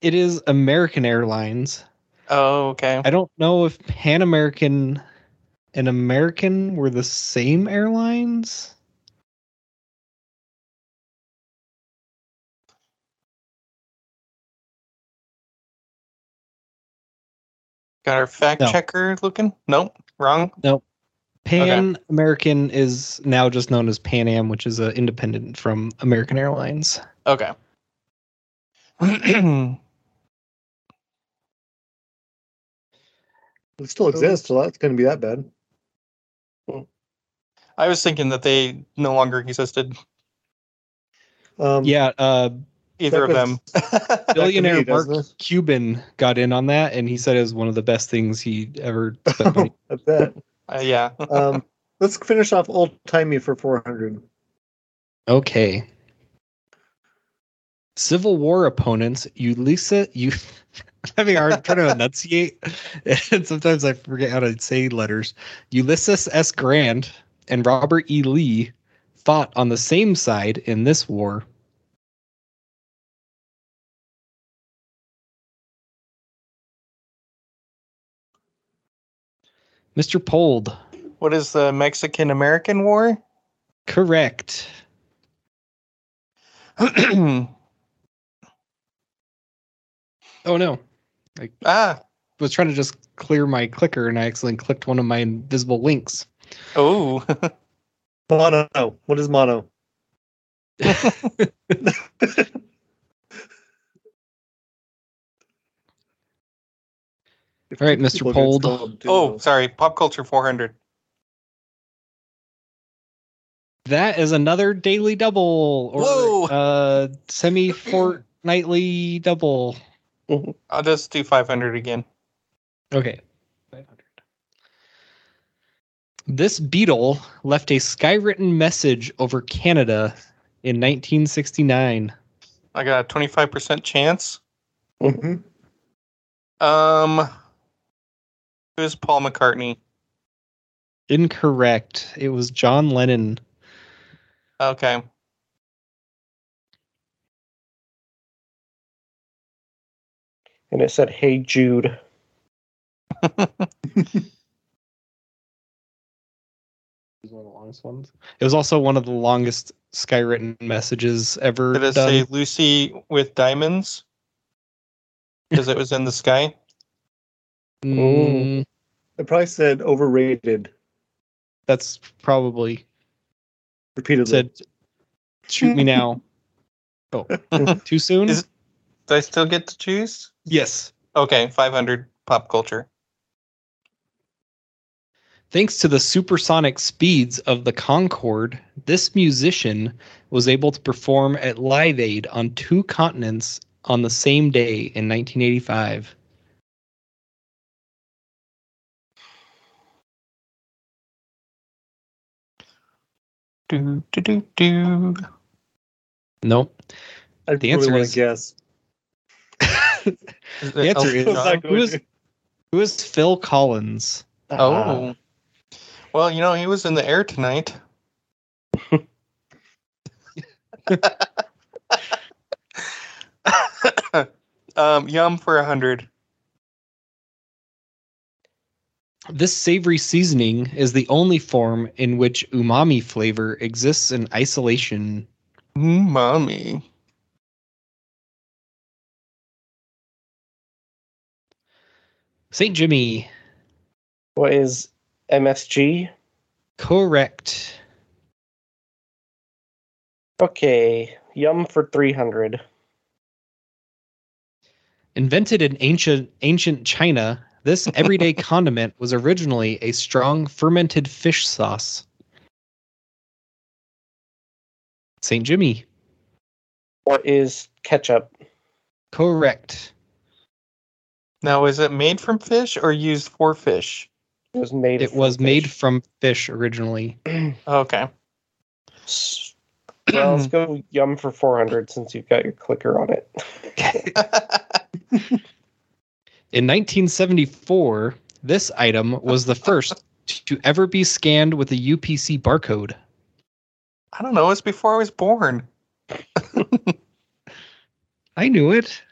Speaker 7: it is American Airlines,
Speaker 4: Oh, okay.
Speaker 7: I don't know if Pan American and American were the same airlines.
Speaker 4: Got our fact
Speaker 7: No.
Speaker 4: checker looking. Nope, wrong.
Speaker 7: Pan American is now just known as Pan Am, which is uh, independent from American Airlines.
Speaker 4: Okay.
Speaker 6: It still exists, so that's going to be that bad.
Speaker 4: I was thinking that they no longer existed,
Speaker 6: Um,
Speaker 7: Yeah, uh,
Speaker 4: either of
Speaker 6: That
Speaker 4: them.
Speaker 6: was-
Speaker 7: billionaire
Speaker 6: me,
Speaker 7: Mark
Speaker 6: doesn't it?
Speaker 7: Cuban got in on that, and he said it was one of the best things he ever spent money.
Speaker 6: Oh, I bet.
Speaker 4: Uh, yeah.
Speaker 6: Um, let's finish off old timey for 400.
Speaker 7: Okay. Civil War opponents, Ulysses. You, I'm having a hard trying to enunciate, and sometimes I forget how to say letters. Ulysses S. Grant and Robert E. Lee fought on the same side in this war. Mr. Pold,
Speaker 4: What is the Mexican American War?
Speaker 7: correct. Oh no.
Speaker 4: ah,
Speaker 7: was trying to just clear my clicker and I accidentally clicked one of my invisible links.
Speaker 4: oh,
Speaker 6: Mono. What is mono?
Speaker 7: All right, Mr. Pold.
Speaker 4: oh, sorry. Pop culture 400.
Speaker 7: That is another daily double or
Speaker 4: Whoa.
Speaker 7: uh semi fortnightly double.
Speaker 4: I'll just do 500 again.
Speaker 7: Okay. This beetle left a skywritten message over Canada in 1969.
Speaker 4: I got a 25% chance.
Speaker 6: hmm
Speaker 4: Um, who's Paul McCartney?
Speaker 7: Incorrect. It was John Lennon.
Speaker 4: Okay.
Speaker 5: And it said, "Hey Jude."
Speaker 7: was one of the longest ones. It was also one of the longest skywritten messages ever
Speaker 4: Did it
Speaker 7: done.
Speaker 4: say Lucy with diamonds? Because it was in the sky.
Speaker 7: Mm,
Speaker 6: It probably said overrated
Speaker 7: that's probably it
Speaker 6: repeatedly.
Speaker 7: said. Shoot me now. Oh, too soon?
Speaker 4: Is- Do I still get to choose?
Speaker 7: yes.
Speaker 4: Okay, 500 pop culture.
Speaker 7: Thanks to the supersonic speeds of the Concorde, this musician was able to perform at Live Aid on two continents on the same day in 1985.
Speaker 4: Do, do, do, do.
Speaker 7: Nope.
Speaker 6: I
Speaker 7: the answer
Speaker 6: wanna
Speaker 7: is-
Speaker 6: guess.
Speaker 4: Is
Speaker 7: The
Speaker 4: it Elton
Speaker 7: answer is-
Speaker 4: John?
Speaker 7: Who is- Who is Phil Collins?
Speaker 5: Uh-huh.
Speaker 4: Oh. Well, you know, he was in the air tonight. um, yum for a hundred.
Speaker 7: This savory seasoning is the only form in which umami flavor exists in isolation.
Speaker 4: Mm, Mommy.
Speaker 7: St. Jimmy,
Speaker 5: What is MSG?
Speaker 7: correct.
Speaker 5: Okay, yum for three hundred.
Speaker 7: Invented in ancient ancient China, this everyday condiment was originally a strong fermented fish sauce. St. Jimmy,
Speaker 5: What is ketchup?
Speaker 7: correct.
Speaker 4: Now, is it made from fish or used for fish?
Speaker 5: It was made.
Speaker 7: It
Speaker 5: from
Speaker 7: was made
Speaker 5: fish.
Speaker 7: from fish originally.
Speaker 4: Okay.
Speaker 5: S- well, let's go yum for four hundred since you've got your clicker on it.
Speaker 7: In 1974, this item was the first to ever be scanned with a UPC barcode.
Speaker 4: I don't know. It's before I was born.
Speaker 7: I knew it.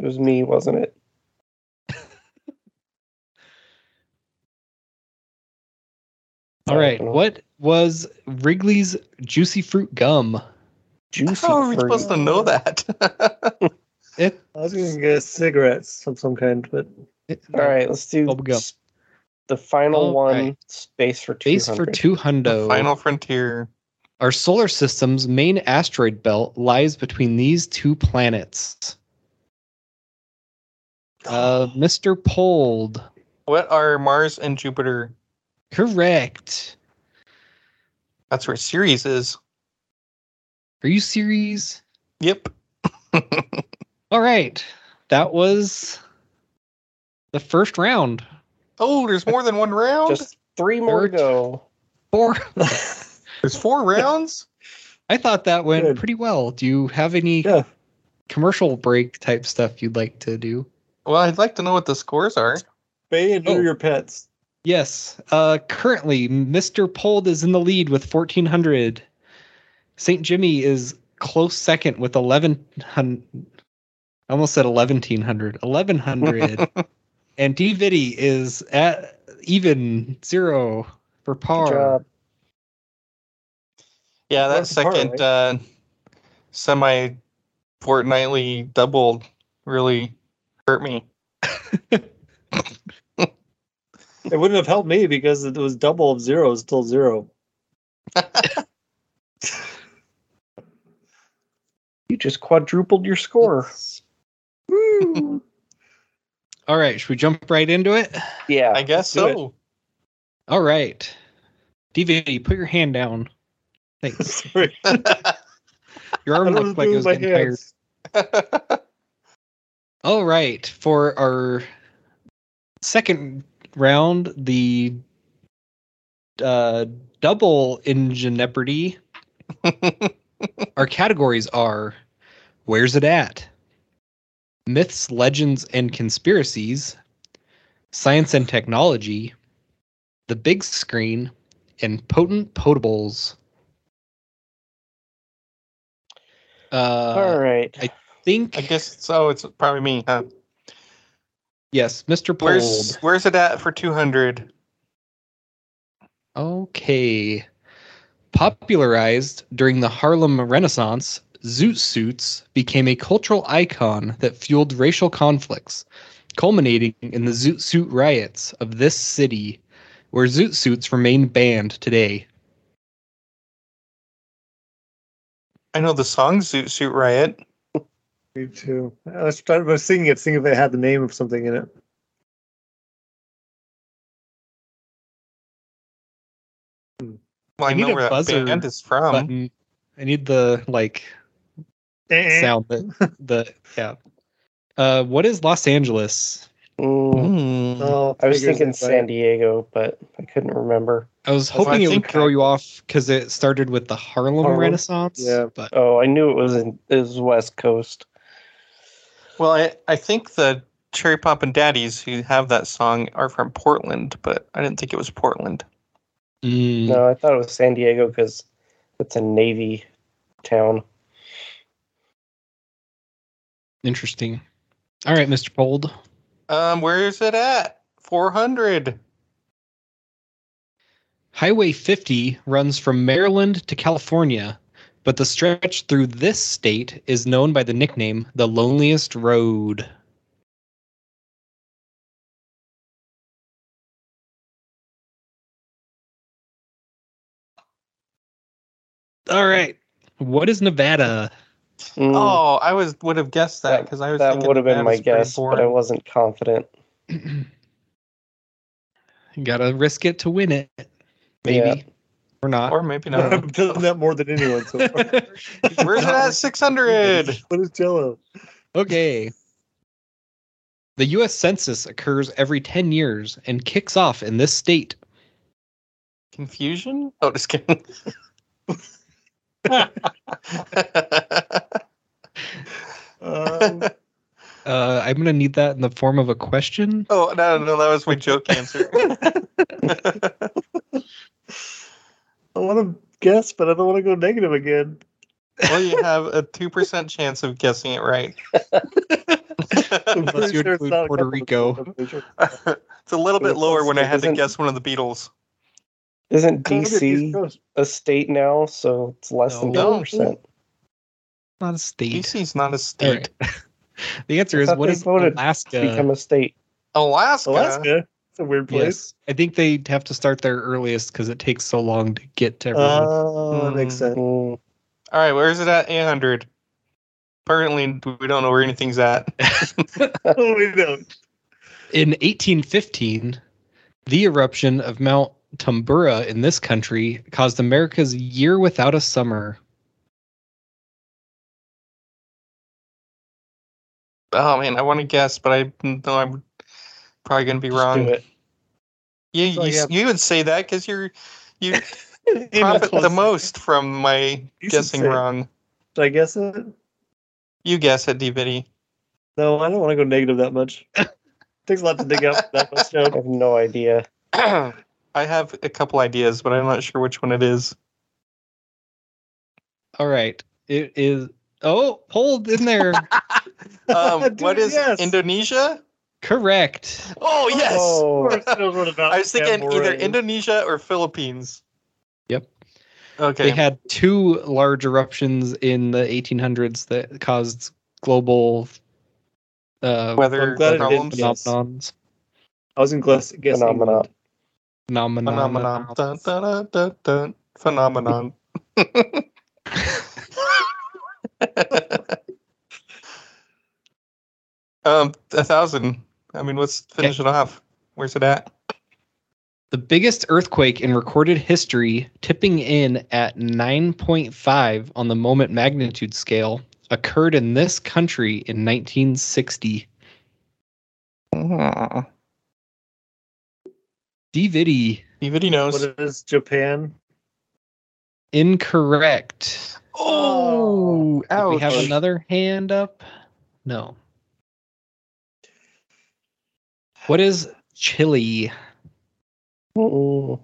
Speaker 5: It was me, wasn't it?
Speaker 7: All right. What was Wrigley's juicy fruit gum?
Speaker 5: Juicy.
Speaker 4: How are we
Speaker 5: fruit.
Speaker 4: supposed to know that?
Speaker 7: It,
Speaker 6: I was going to get cigarettes of some kind, but
Speaker 7: it-
Speaker 5: All right, let's do
Speaker 7: Bubble gum.
Speaker 5: s- the final
Speaker 7: All
Speaker 5: one.
Speaker 7: right.
Speaker 5: Space for two.
Speaker 7: Base for two hundo.
Speaker 4: Final Frontier.
Speaker 7: Our solar system's main asteroid belt lies between these two planets. Uh, Mr. Pold.
Speaker 4: What are Mars and Jupiter?
Speaker 7: Correct.
Speaker 4: That's where Ceres is.
Speaker 7: Are you serious?
Speaker 4: Yep.
Speaker 7: All right. That was the first round.
Speaker 4: Oh, there's more than one round.
Speaker 5: Just three more to
Speaker 7: Third.
Speaker 5: go.
Speaker 7: Four.
Speaker 4: There's four rounds.
Speaker 7: I thought that went
Speaker 6: Good.
Speaker 7: pretty well. Do you have any
Speaker 6: Yeah.
Speaker 7: commercial break type stuff you'd like to do?
Speaker 4: Well, I'd like to know what the scores are.
Speaker 6: Bay and
Speaker 7: Oh.
Speaker 6: do your pets.
Speaker 7: Yes. Uh, currently, Mr. Pold is in the lead with 1,400. St. Jimmy is close second with 1,100. I almost said 1,100. 1,100. and DVD is at even zero for
Speaker 5: Good
Speaker 7: par.
Speaker 5: job.
Speaker 4: Yeah, that
Speaker 6: That's the part,
Speaker 4: second
Speaker 6: right?
Speaker 4: uh, semi fortnightly doubled really hurt me.
Speaker 6: It wouldn't have helped me because it was double of zero, is still zero.
Speaker 5: You just quadrupled your score.
Speaker 7: All right. Should we jump right into it?
Speaker 5: Yeah.
Speaker 4: I guess
Speaker 6: do it.
Speaker 4: so.
Speaker 7: All right. DVD, put your hand down. Thanks.
Speaker 6: Sorry.
Speaker 7: Your
Speaker 6: I
Speaker 7: arm
Speaker 6: don't know
Speaker 7: looked like it was
Speaker 6: my
Speaker 7: getting tired.
Speaker 6: hands.
Speaker 7: All Oh, right, for our second round, the uh, double in Jeopardy. our categories are: Where's it at? Myths, legends, and conspiracies, science and technology, the big screen, and potent potables.
Speaker 5: All
Speaker 7: Uh,
Speaker 5: right.
Speaker 7: I think
Speaker 4: I guess so. It's probably me. Huh?
Speaker 7: yes, Mr. Pold.
Speaker 4: Where's Where's it at for two hundred?
Speaker 7: Okay. Popularized during the Harlem Renaissance, zoot suits became a cultural icon that fueled racial conflicts, culminating in the zoot suit riots of this city, where zoot suits remain banned today.
Speaker 4: I know the song Zoot Suit Riot.
Speaker 6: Me too. I was, trying, I was singing it, seeing if it had the name of something in it.
Speaker 4: Well, I
Speaker 7: You need
Speaker 4: know
Speaker 7: a
Speaker 4: where that
Speaker 7: buzzer
Speaker 4: band is from.
Speaker 7: Button. I need the like
Speaker 6: Eh.
Speaker 7: sound that the yeah. Uh, what is Los Angeles?
Speaker 5: Mm,
Speaker 4: Hmm.
Speaker 6: Oh,
Speaker 5: I was
Speaker 6: figures
Speaker 5: thinking
Speaker 6: if I-
Speaker 5: San Diego, but I couldn't remember.
Speaker 7: I was
Speaker 4: That's what
Speaker 7: hoping
Speaker 4: I
Speaker 7: it would
Speaker 4: think.
Speaker 7: throw you off because it started with the Harlem,
Speaker 6: Harlem,
Speaker 7: Renaissance.
Speaker 6: yeah.
Speaker 7: but
Speaker 5: Oh, I knew it was in it was West Coast.
Speaker 4: Well, I, I think the Cherry Pop and Daddies who have that song are from Portland, but I didn't think it was Portland.
Speaker 7: Mm.
Speaker 5: No, I thought it was San Diego because it's a Navy town.
Speaker 7: Interesting. All right, Mr. Pold.
Speaker 4: Um, where is it at? Four hundred.
Speaker 7: Highway 50 runs from Maryland to California, but the stretch through this state is known by the nickname the Loneliest Road. All right. What is Nevada?
Speaker 5: Mm,
Speaker 4: Oh, I was would have guessed that because I was
Speaker 5: that
Speaker 4: thinking
Speaker 5: would have been
Speaker 4: that
Speaker 5: my
Speaker 4: is pretty
Speaker 5: guess, but I
Speaker 4: boring.
Speaker 5: wasn't confident.
Speaker 7: you gotta risk it to win it. Maybe.
Speaker 5: Yeah.
Speaker 7: Or not.
Speaker 4: or maybe not.
Speaker 6: I've done that more than anyone so far.
Speaker 4: Where's it at? Six hundred.
Speaker 6: What is Jello?
Speaker 7: Okay. The U.S. Census occurs every 10 years and kicks off in this state.
Speaker 4: Confusion? Oh, just kidding.
Speaker 6: Um,
Speaker 7: Uh, I'm going to need that in the form of a question.
Speaker 4: oh no, no, that was my joke answer.
Speaker 6: I want to guess, but I don't want to go negative again.
Speaker 4: well, you have a two percent chance of guessing it right.
Speaker 6: I'm
Speaker 7: Unless
Speaker 6: pretty
Speaker 7: you
Speaker 6: it's
Speaker 7: include
Speaker 6: not a
Speaker 7: Puerto
Speaker 6: couple of
Speaker 7: Rico.
Speaker 6: them, I'm pretty sure.
Speaker 4: it's a little bit lower when I had to
Speaker 5: Isn't-
Speaker 4: guess one of the Beatles.
Speaker 5: Isn't
Speaker 6: Cloud is East
Speaker 5: DC
Speaker 6: Coast.
Speaker 5: a state now? So it's less than
Speaker 4: No.
Speaker 5: ten percent.
Speaker 7: Not a state.
Speaker 4: DC's not a
Speaker 7: All
Speaker 4: state.
Speaker 7: right. the answer is
Speaker 5: thought
Speaker 7: what
Speaker 5: they
Speaker 7: is
Speaker 5: voted to
Speaker 7: Alaska?
Speaker 5: Become a state.
Speaker 4: Alaska.
Speaker 6: Alaska. It's a weird place.
Speaker 7: Yes. I think they would have to start there earliest because it takes so long to get to everyone.
Speaker 5: Uh.
Speaker 6: Oh, that makes
Speaker 4: Mm.
Speaker 6: sense.
Speaker 5: Mm.
Speaker 4: All right, where's it at? 800. Apparently, we don't know where anything's at.
Speaker 6: oh, we don't.
Speaker 7: In 1815, the eruption of Mount Tambura in this country caused America's year without a summer.
Speaker 4: oh man, I want to guess, but I know I'm probably going to be
Speaker 5: Just
Speaker 4: wrong.
Speaker 5: do it.
Speaker 4: You,
Speaker 6: Oh,
Speaker 4: you,
Speaker 6: yeah.
Speaker 4: you would say that because you're you profit the most from my
Speaker 6: You should
Speaker 4: guessing
Speaker 6: say it.
Speaker 4: wrong.
Speaker 6: Should I guess it?
Speaker 4: You guess it, DVD.
Speaker 6: No, I don't want to go negative that much. Takes a lot to dig up that much.
Speaker 5: I
Speaker 6: No.
Speaker 5: have no idea.
Speaker 4: I have a couple ideas, but I'm not sure which one it is.
Speaker 7: All right. It is. Oh, pulled in there.
Speaker 4: Um,
Speaker 6: Dude,
Speaker 4: what is
Speaker 6: yes.
Speaker 4: Indonesia?
Speaker 7: Correct.
Speaker 4: Oh yes.
Speaker 6: Of
Speaker 5: Oh,
Speaker 6: course, it knows what about
Speaker 4: I was thinking either
Speaker 6: Tambourine.
Speaker 4: Indonesia or Philippines.
Speaker 7: Yep.
Speaker 4: Okay.
Speaker 7: They had two large eruptions in the 1800s that caused global uh,
Speaker 4: Weather
Speaker 6: I'm glad it didn't
Speaker 4: problems.
Speaker 6: Yes.
Speaker 7: phenomenons.
Speaker 6: I was in guess, guess
Speaker 5: Phenomena.
Speaker 6: England.
Speaker 7: Phenomenon.
Speaker 4: Phenomenon. Dun, dun, dun, dun, dun. Phenomenon. um, a thousand. I mean, let's finish it off. Where's it at?
Speaker 7: The biggest earthquake in recorded history, tipping in at 9.5 on the moment magnitude scale, occurred in this country in 1960. Mm-hmm.
Speaker 4: DVD
Speaker 7: DVD
Speaker 4: knows.
Speaker 6: What is Japan?
Speaker 7: incorrect.
Speaker 4: oh,
Speaker 7: Do we have
Speaker 4: ouch.
Speaker 7: another hand up? No. What is Chile?
Speaker 5: Mm-mm.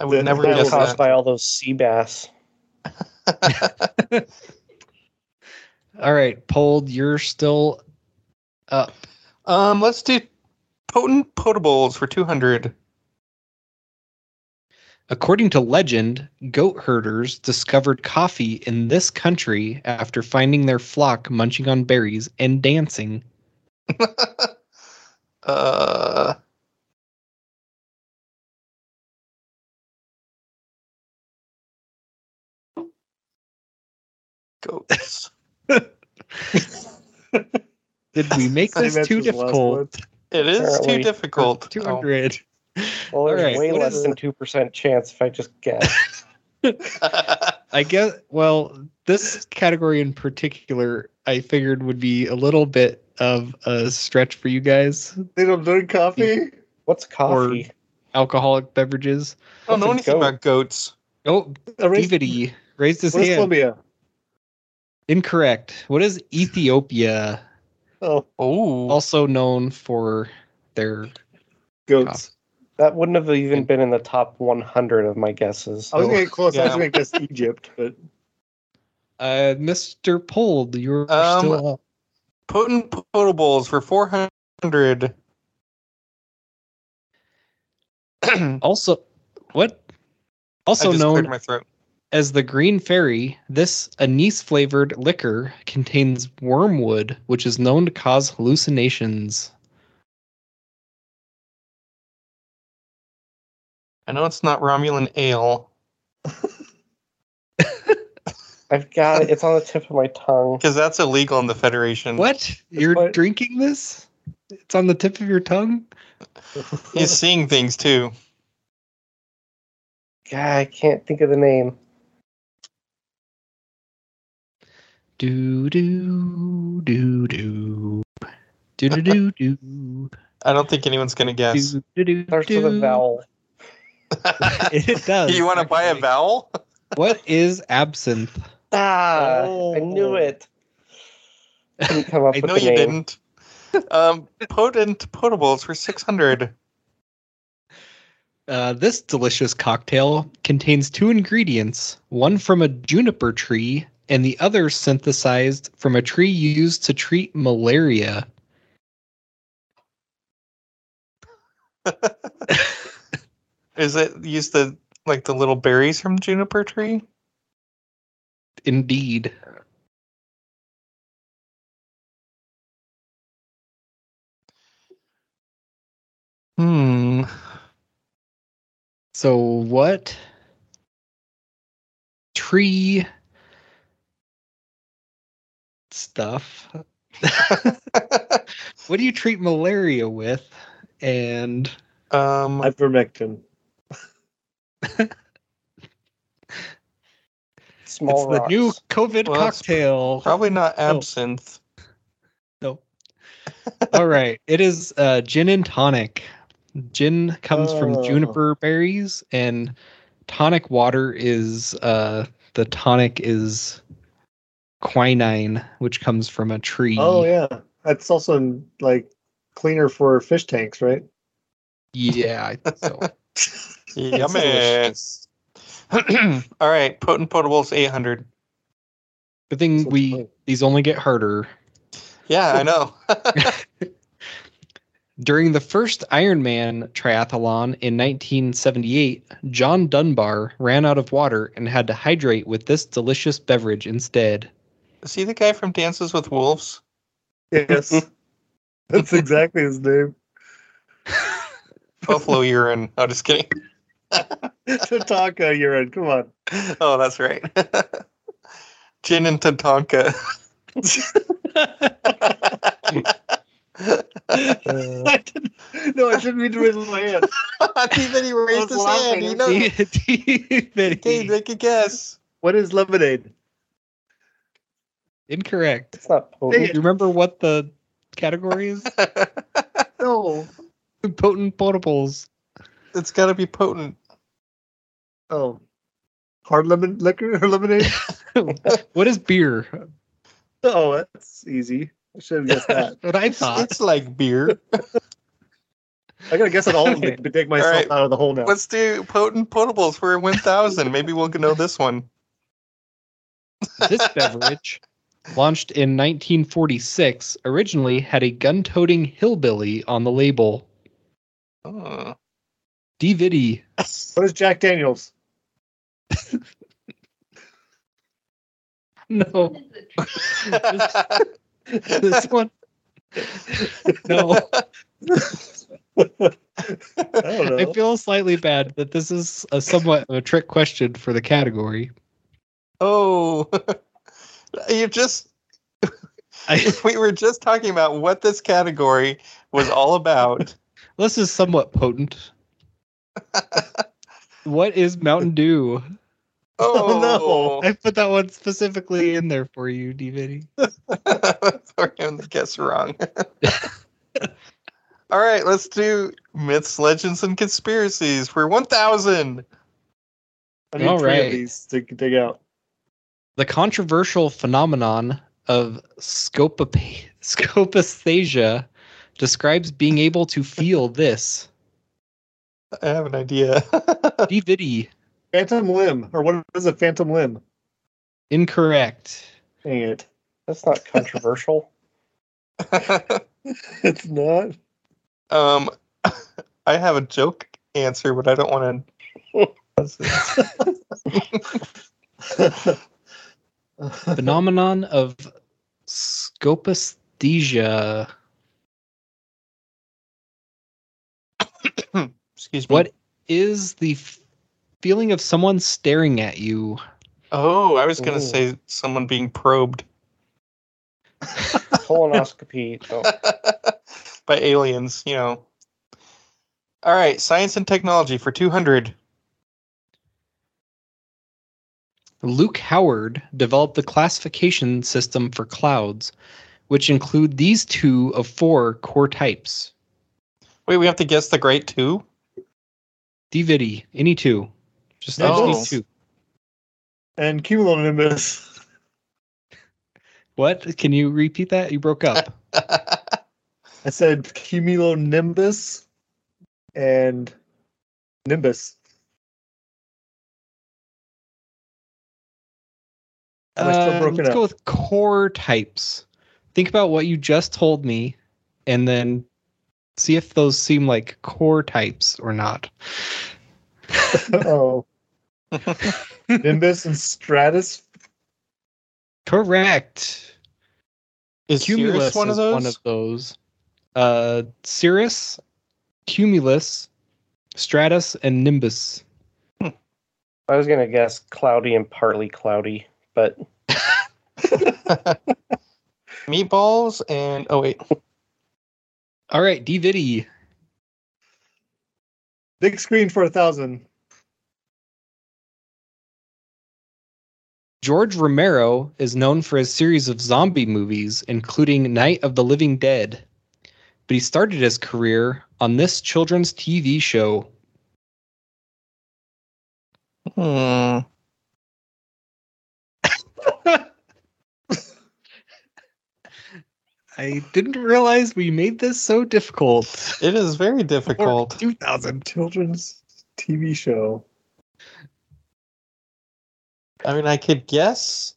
Speaker 4: I would never
Speaker 5: That was
Speaker 4: guess
Speaker 5: Mm, caused
Speaker 4: that.
Speaker 5: by all those sea bass.
Speaker 7: All right, Pold, you're still up.
Speaker 4: Um, let's do potent potables for two hundred.
Speaker 7: According to legend, goat herders discovered coffee in this country after finding their flock munching on berries and dancing.
Speaker 4: uh, goats.
Speaker 7: Did we make
Speaker 6: I
Speaker 7: this
Speaker 6: meant
Speaker 7: too
Speaker 6: his last
Speaker 7: difficult?
Speaker 6: one.
Speaker 4: It is too
Speaker 5: Apparently,
Speaker 4: difficult.
Speaker 7: Two
Speaker 4: Oh.
Speaker 7: hundred.
Speaker 5: Well, there's
Speaker 7: Alright,
Speaker 5: way
Speaker 7: what
Speaker 5: less
Speaker 7: is-
Speaker 5: than two percent chance if I just guess.
Speaker 7: I guess. Well, this category in particular, I figured would be a little bit of a stretch for you guys.
Speaker 6: They don't drink coffee?
Speaker 5: What's coffee?
Speaker 7: Alcoholic beverages.
Speaker 4: I don't know
Speaker 5: What's a
Speaker 4: anything
Speaker 5: goat?
Speaker 4: about goats.
Speaker 7: Oh,
Speaker 6: Erase-
Speaker 7: DVD raised his
Speaker 6: Where's
Speaker 7: hand.
Speaker 6: Columbia?
Speaker 7: Incorrect. What is Ethiopia,
Speaker 6: Oh,
Speaker 4: Oh,
Speaker 7: also known for their
Speaker 6: goats.
Speaker 5: That wouldn't have even been in the top 100 of my guesses.
Speaker 6: I was going to close. I was
Speaker 4: Yeah.
Speaker 6: going to guess Egypt, but
Speaker 7: Uh, Mr. Pold, you're
Speaker 4: Um,
Speaker 7: still up.
Speaker 4: potent potables for four hundred.
Speaker 7: Also, what? Also
Speaker 4: I just cleared
Speaker 7: known
Speaker 4: my throat.
Speaker 7: as the Green Fairy, this anise flavored liquor contains wormwood, which is known to cause hallucinations.
Speaker 4: I know it's not Romulan ale
Speaker 5: I've got it. It's on the tip of my tongue.
Speaker 4: because that's illegal in the
Speaker 5: Mm.
Speaker 4: Federation.
Speaker 7: What? You're
Speaker 6: what-
Speaker 7: drinking this? It's on the tip of your tongue?
Speaker 4: He's seeing things too.
Speaker 5: God, I can't think of the name.
Speaker 7: Do, do, do, do. Do, do, do, do.
Speaker 4: I don't think anyone's gonna guess.
Speaker 7: Do, do, do,
Speaker 5: Starts with a
Speaker 7: do.
Speaker 5: vowel.
Speaker 7: It does.
Speaker 4: you want to buy a
Speaker 7: actually.
Speaker 4: vowel?
Speaker 7: What is absinthe?
Speaker 5: Ah, I
Speaker 6: Oh.
Speaker 5: knew it. Couldn't come up
Speaker 4: I
Speaker 5: with
Speaker 4: know
Speaker 5: the
Speaker 4: you
Speaker 5: name.
Speaker 4: didn't. Um, potent potables for six hundred.
Speaker 7: Uh, this delicious cocktail contains two ingredients, one from a juniper tree and the other synthesized from a tree used to treat malaria.
Speaker 4: Is it used to like the little berries from juniper tree?
Speaker 7: Indeed.
Speaker 4: Hmm.
Speaker 7: So what tree stuff? what do you treat malaria with? And
Speaker 4: Um,
Speaker 6: Ivermectin.
Speaker 5: Small
Speaker 7: it's the
Speaker 5: rocks.
Speaker 7: new COVID
Speaker 4: Well, that's
Speaker 7: cocktail.
Speaker 4: probably not absinthe.
Speaker 7: No. All right. It is uh, gin and tonic. Gin comes
Speaker 6: Oh.
Speaker 7: from juniper berries, and tonic water is uh, the tonic is quinine, which comes from a tree.
Speaker 6: Oh yeah, that's also in, like cleaner for fish tanks, right?
Speaker 7: Yeah, I think so.
Speaker 4: Yummy. All right, potent potables 800.
Speaker 7: Good thing
Speaker 6: Sounds
Speaker 7: we
Speaker 6: fun.
Speaker 7: these only get harder.
Speaker 4: Yeah, I know.
Speaker 7: During the first Ironman triathlon in 1978, John Dunbar ran out of water and had to hydrate with this delicious beverage instead.
Speaker 4: Is he the guy from Dances with Wolves?
Speaker 6: Yes, that's exactly his name.
Speaker 4: Buffalo urine. Oh, just kidding.
Speaker 6: Tatanka urine. Come on.
Speaker 4: Oh, that's right. Gin and Tatanka.
Speaker 6: I didn't, no, I shouldn't mean to raise my hand.
Speaker 4: Even he raised
Speaker 6: was laughing.
Speaker 4: You know,
Speaker 7: He- he- that
Speaker 4: Dave,
Speaker 7: he-
Speaker 4: make a guess.
Speaker 6: What is lemonade?
Speaker 7: incorrect.
Speaker 5: It's not
Speaker 7: Do
Speaker 5: potent.
Speaker 7: you remember what the category is?
Speaker 6: No.
Speaker 7: Potent potables.
Speaker 4: It's got to be potent.
Speaker 6: Oh, hard lemon liquor or lemonade?
Speaker 7: What is beer?
Speaker 6: oh, that's easy. I should have guessed that.
Speaker 7: What I
Speaker 4: It's,
Speaker 7: thought.
Speaker 4: it's like beer.
Speaker 6: I gotta guess it all of it to take myself
Speaker 4: right.
Speaker 6: out of the hole now.
Speaker 4: Let's do potent potables for 1,000. Maybe we'll know this one.
Speaker 7: this beverage, launched in 1946, originally had a gun toting hillbilly on the label.
Speaker 4: Oh.
Speaker 7: DVD.
Speaker 6: What is Jack Daniels?
Speaker 7: No, this one. No,
Speaker 6: I don't
Speaker 7: I
Speaker 6: know.
Speaker 7: feel slightly bad that this is a somewhat of a trick question for the category.
Speaker 4: Oh, you just.
Speaker 7: I,
Speaker 4: We were just talking about what this category was all about.
Speaker 7: this is somewhat potent. What is Mountain Dew?
Speaker 4: Oh,
Speaker 7: I put that one specifically in there for you, DVD.
Speaker 4: no. Sorry, I'm the guess wrong. all right, let's do myths, legends, and conspiracies for 1,000.
Speaker 6: I need
Speaker 7: All
Speaker 6: three
Speaker 7: right.
Speaker 6: of these to dig out.
Speaker 7: The controversial phenomenon of scopop- scopesthesia describes being able to feel this.
Speaker 4: I have an idea.
Speaker 7: DVD.
Speaker 6: Phantom limb, or what is a phantom limb?
Speaker 7: Incorrect.
Speaker 6: Dang it.
Speaker 5: That's not controversial.
Speaker 6: It's not.
Speaker 4: um, I have a joke answer, but I don't want to.
Speaker 7: phenomenon of scopesthesia.
Speaker 4: Excuse me.
Speaker 7: What is the f- feeling of someone staring at you?
Speaker 4: Oh, I was going
Speaker 5: Ooh.
Speaker 4: to say someone being probed
Speaker 5: Colonoscopy. Oh,
Speaker 4: by aliens, you know. All right, science and technology for 200.
Speaker 7: Luke Howard developed the classification system for clouds, which include these two of four core types.
Speaker 4: Wait, we have to guess the great two?
Speaker 7: DVD, any two. Just
Speaker 4: Oh.
Speaker 7: these two.
Speaker 6: and cumulonimbus.
Speaker 7: What? Can you repeat that? You broke up.
Speaker 6: I said cumulonimbus and nimbus. Am I still
Speaker 7: Uh,
Speaker 6: broken
Speaker 7: let's
Speaker 6: up?
Speaker 7: go with core types. Think about what you just told me and then see if those seem like core types or not.
Speaker 6: oh, Nimbus and Stratus.
Speaker 7: Correct.
Speaker 4: Is Cumulus
Speaker 7: Cumulus
Speaker 4: one of
Speaker 7: is
Speaker 4: those?
Speaker 7: one of those. Uh, Cirrus, Cumulus, Stratus, and Nimbus.
Speaker 5: I was gonna guess cloudy and partly cloudy, but
Speaker 4: Meatballs and oh wait,
Speaker 7: All right, DVD.
Speaker 6: Big screen for a thousand.
Speaker 7: George Romero is known for his series of zombie movies, including Night of the Living Dead. But he started his career on this children's TV show.
Speaker 4: hmm.
Speaker 7: I didn't realize we made this so difficult.
Speaker 4: it is very difficult.
Speaker 7: 2000.
Speaker 6: Children's TV show.
Speaker 4: I mean, I could guess,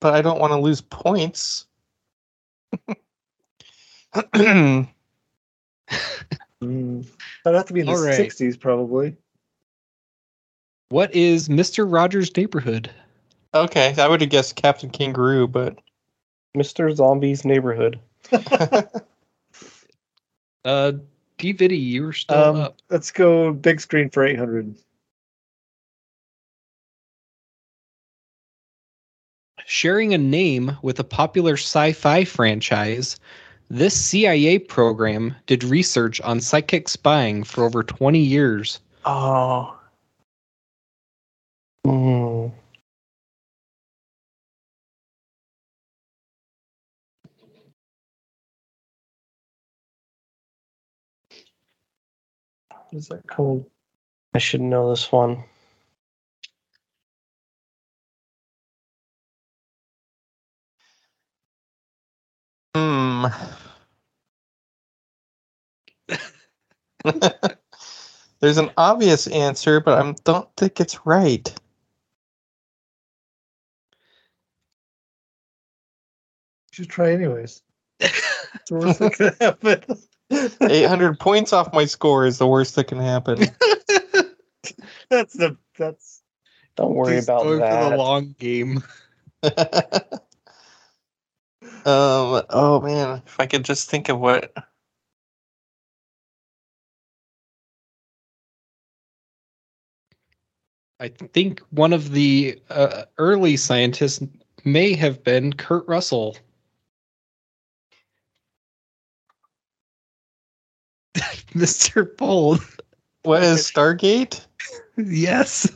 Speaker 4: but I don't want to lose points. That's
Speaker 6: Hmm. That'd have to be in the
Speaker 7: All right.
Speaker 6: 60s, probably.
Speaker 7: What is Mr. Rogers' Neighborhood?
Speaker 4: okay. I would have guessed Captain Kangaroo, but
Speaker 5: Mr. Zombie's neighborhood.
Speaker 7: Uh, DVD, you're still
Speaker 6: Um,
Speaker 7: up.
Speaker 6: Let's go big screen for 800.
Speaker 7: Sharing a name with a popular sci fi franchise, this CIA program did research on psychic spying for over 20 years.
Speaker 4: oh,
Speaker 5: Mm.
Speaker 6: What is that called?
Speaker 5: I should know this one.
Speaker 4: hmm. There's an obvious answer, but I don't think it's right.
Speaker 6: You should try anyways. It's the worst that could happen.
Speaker 4: 800 points off my score is the worst that can happen.
Speaker 6: that's the that's
Speaker 5: Don't worry
Speaker 7: Just
Speaker 5: about
Speaker 7: going for the
Speaker 5: that.
Speaker 7: long game.
Speaker 4: um. Oh man, if I could just think of what.
Speaker 7: I think one of the uh, early scientists may have been Kurt Russell. Mr. Bold.
Speaker 4: What is Stargate?
Speaker 7: Yes.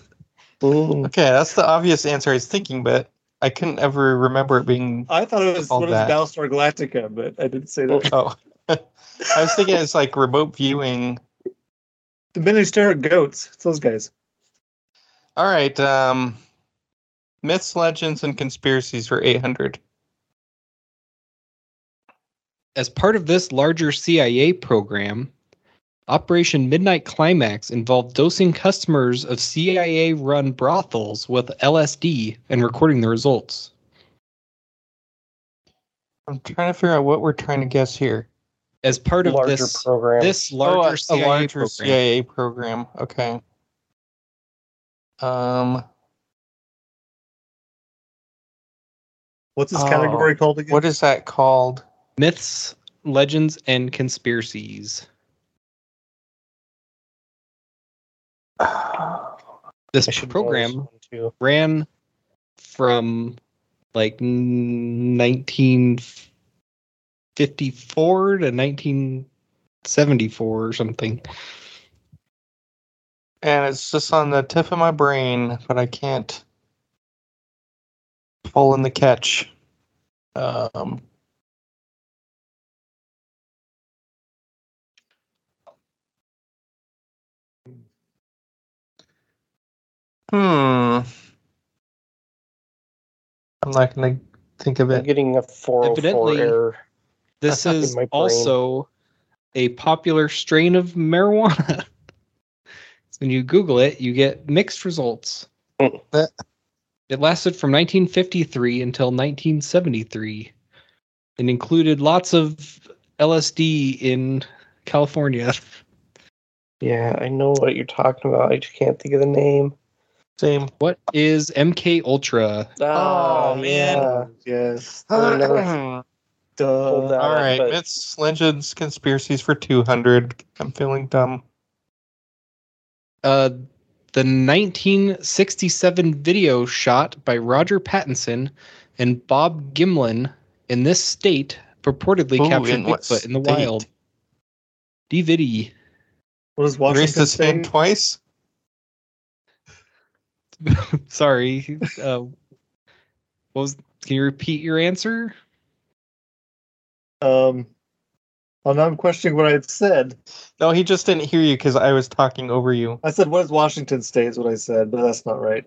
Speaker 7: Hmm.
Speaker 5: Mm.
Speaker 4: Okay, that's the obvious answer I was thinking, but I couldn't ever remember it being.
Speaker 6: I thought it was
Speaker 4: All
Speaker 6: one of
Speaker 4: that.
Speaker 6: the Battlestar Galactica, but I didn't say that.
Speaker 4: Oh, I was thinking it's like remote viewing.
Speaker 6: the Minister of Goats. It's those guys.
Speaker 4: All right, um, myths, legends, and conspiracies for 800.
Speaker 7: As part of this larger CIA program, Operation Midnight Climax involved dosing customers of CIA run brothels with LSD and recording the results.
Speaker 4: I'm trying to figure out what we're trying to guess here.
Speaker 7: As part of
Speaker 5: Larger
Speaker 7: this,
Speaker 5: program.
Speaker 7: this larger
Speaker 4: Oh, a- a
Speaker 7: CIA
Speaker 4: larger
Speaker 7: program.
Speaker 4: CIA program. Okay. Um,
Speaker 6: What's this
Speaker 4: Oh,
Speaker 6: category called again?
Speaker 4: what is that called?
Speaker 7: myths, legends, and conspiracies. This
Speaker 5: I should know this
Speaker 7: program
Speaker 5: one too.
Speaker 7: ran from like 1954 to 1974 or something.
Speaker 4: And it's just on the tip of my brain, but I can't pull in the catch. Um, hmm. I'm not going to think of
Speaker 5: I'm
Speaker 4: it.
Speaker 5: getting a 404
Speaker 7: Evidently-
Speaker 5: error.
Speaker 7: This
Speaker 4: In
Speaker 7: is
Speaker 5: my brain.
Speaker 7: also a popular strain of marijuana. So when you Google it, you get mixed results.
Speaker 4: Eh.
Speaker 7: It lasted from 1953 until 1973 and included lots of LSD in California.
Speaker 5: Yeah, I know what you're talking about. I just can't think of the name.
Speaker 4: Same.
Speaker 7: What is MK Ultra?
Speaker 4: Oh, man.
Speaker 5: Ah, yeah.
Speaker 6: Uh, Yes. Another-
Speaker 4: All
Speaker 6: Duh.
Speaker 5: Hold on,
Speaker 4: right,
Speaker 5: but-
Speaker 4: myths, legends, conspiracies for two hundred. I'm feeling dumb.
Speaker 7: Uh, the 1967 video shot by Roger Pattinson and Bob Gimlin in this state purportedly
Speaker 4: Ooh,
Speaker 7: captured
Speaker 4: in what
Speaker 7: Bigfoot in the
Speaker 4: state?
Speaker 7: wild. DVD.
Speaker 6: What is
Speaker 4: Erase
Speaker 6: Washington
Speaker 4: the same
Speaker 6: saying?
Speaker 4: twice.
Speaker 7: Sorry. Uh, what was? Can you repeat your answer?
Speaker 6: Um, well, now I'm questioning what I had said.
Speaker 4: No, he just didn't hear you because I was talking over you.
Speaker 6: I said, "What is Washington State?" Is what I said, but that's not right.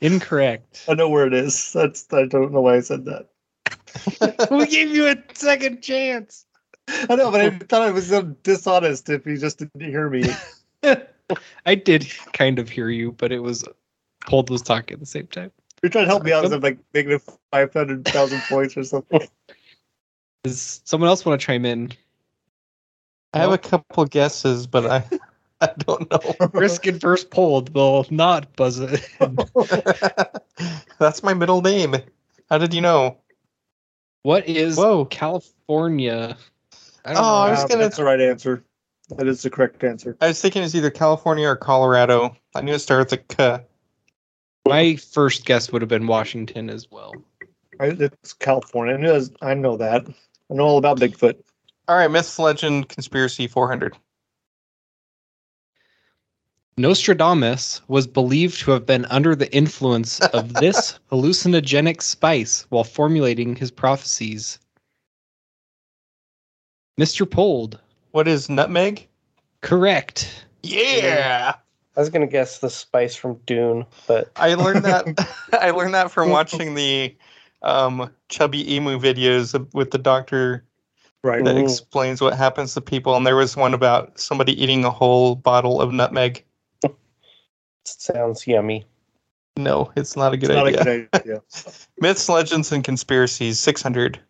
Speaker 7: Incorrect.
Speaker 6: I know where it is. That's I don't know why I said that.
Speaker 7: we gave you a second chance.
Speaker 6: I know, but I thought I was so dishonest if he just didn't hear me.
Speaker 7: I did kind of hear you, but it was Pold was talking at the same time.
Speaker 6: You're trying to help me out. 'cause I'm like negative five hundred thousand points or something.
Speaker 7: Does someone else want to chime in?
Speaker 4: I have a couple guesses, but I I don't know.
Speaker 7: Risk and first polled will not buzz it.
Speaker 4: That's my middle name. How did you know?
Speaker 7: What is
Speaker 4: Whoa.
Speaker 7: California? I
Speaker 4: Oh, I was
Speaker 6: Um,
Speaker 4: gonna.
Speaker 6: That's the right answer. That is the correct answer.
Speaker 4: I was thinking it was either California or Colorado. I knew it started with a K.
Speaker 7: My first guess would have been Washington as well.
Speaker 6: I, it's California. I know, I know that. I know all about Bigfoot.
Speaker 4: All right, myths, legend, conspiracy, four hundred.
Speaker 7: Nostradamus was believed to have been under the influence of this hallucinogenic spice while formulating his prophecies. Mr. Pold,
Speaker 4: What is nutmeg?
Speaker 7: correct.
Speaker 4: Yeah,
Speaker 5: I was gonna guess the spice from Dune, but
Speaker 4: I learned that. I learned that from watching the um, chubby emu videos with the doctor
Speaker 6: Right.
Speaker 4: that
Speaker 5: Mhm.
Speaker 4: explains what happens to people. And there was one about somebody eating a whole bottle of nutmeg.
Speaker 5: it sounds yummy.
Speaker 4: No, it's not a good
Speaker 6: It's not
Speaker 4: idea.
Speaker 6: a good idea.
Speaker 4: Myths, legends, and conspiracies, six hundred.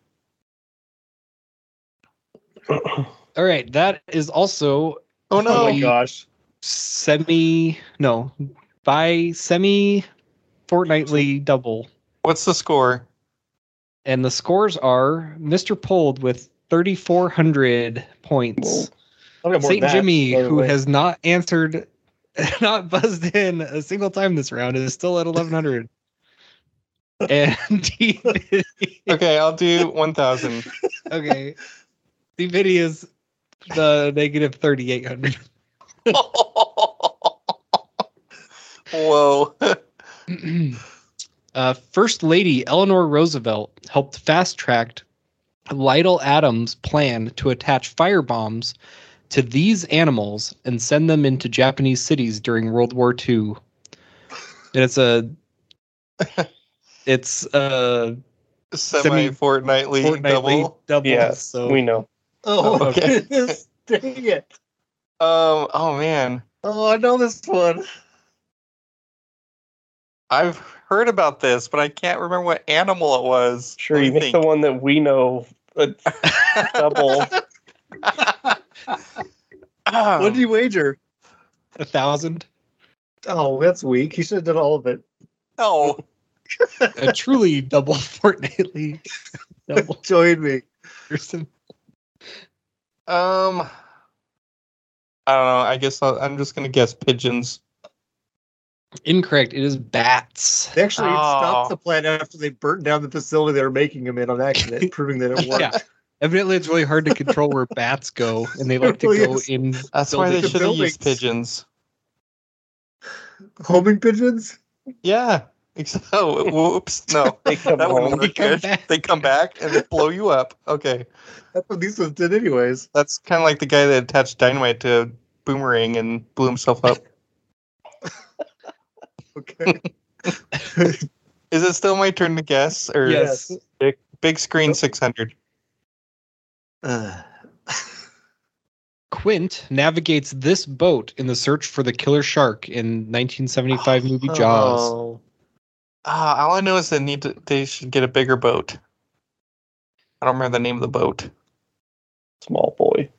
Speaker 7: All right, that is also
Speaker 4: Oh
Speaker 6: oh
Speaker 4: no!
Speaker 6: my gosh.
Speaker 7: semi no by semi fortnightly double
Speaker 4: What's the score?
Speaker 7: and the scores are mr pold with 3400 points
Speaker 6: I've got more than
Speaker 7: saint
Speaker 6: that,
Speaker 7: jimmy
Speaker 6: by the
Speaker 7: who
Speaker 6: way.
Speaker 7: has not answered not buzzed in a single time this round is still at 1100 and D-
Speaker 4: Okay, I'll do one thousand.
Speaker 7: okay DVD is the negative 3800
Speaker 4: Whoa.
Speaker 7: uh, First Lady Eleanor Roosevelt helped fast track Lytle Adams' plan to attach firebombs to these animals and send them into Japanese cities during World War II. And it's a it's a
Speaker 4: Semi fortnightly
Speaker 7: fortnightly
Speaker 4: double.
Speaker 7: double. double
Speaker 5: Yeah,
Speaker 7: so
Speaker 5: We know.
Speaker 6: Oh my
Speaker 4: Okay.
Speaker 6: goodness. Dang it.
Speaker 4: Um oh man.
Speaker 6: Oh, I know this one.
Speaker 4: I've heard about this, but I can't remember what animal it was.
Speaker 5: Sure,
Speaker 4: Let
Speaker 5: you
Speaker 4: me
Speaker 5: make the one that we know a double.
Speaker 4: Ah,
Speaker 6: What do you wager?
Speaker 7: a thousand.
Speaker 6: Oh, that's weak. He should have done all of it.
Speaker 4: no.
Speaker 7: A truly double fortnightly double
Speaker 6: Join me.
Speaker 7: person.
Speaker 4: Um I don't know. I guess I'll, I'm just gonna guess pigeons.
Speaker 7: Incorrect. It is bats.
Speaker 6: They actually
Speaker 4: Oh.
Speaker 6: stopped the plant after they burnt down the facility they were making him in on accident, proving that it worked.
Speaker 7: Yeah. Evidently, it's really hard to control where bats go, and they
Speaker 5: Oh,
Speaker 7: like to
Speaker 6: Really
Speaker 7: go
Speaker 6: is.
Speaker 7: in.
Speaker 4: That's why they
Speaker 7: buildings.
Speaker 4: should have used
Speaker 6: Buildings.
Speaker 4: pigeons.
Speaker 6: Homing pigeons?
Speaker 4: Yeah. Except, oh, whoops. No.
Speaker 5: They come
Speaker 4: That
Speaker 5: home.
Speaker 4: wouldn't work
Speaker 7: They come
Speaker 4: good.
Speaker 7: back.
Speaker 4: They come back and they blow you up. Okay.
Speaker 6: That's what these ones did, anyways.
Speaker 4: That's kind of like the guy that attached dynamite to a boomerang and blew himself up.
Speaker 6: Okay.
Speaker 4: Is it still my turn to guess? Or
Speaker 7: Yes.
Speaker 4: big, big screen 600.
Speaker 6: Uh,
Speaker 7: Quint navigates this boat in the search for the killer shark in 1975 movie Jaws.
Speaker 4: Oh. Ah, all I know is they need to, they should get a bigger boat. I don't remember the name of the boat.
Speaker 5: Small boy.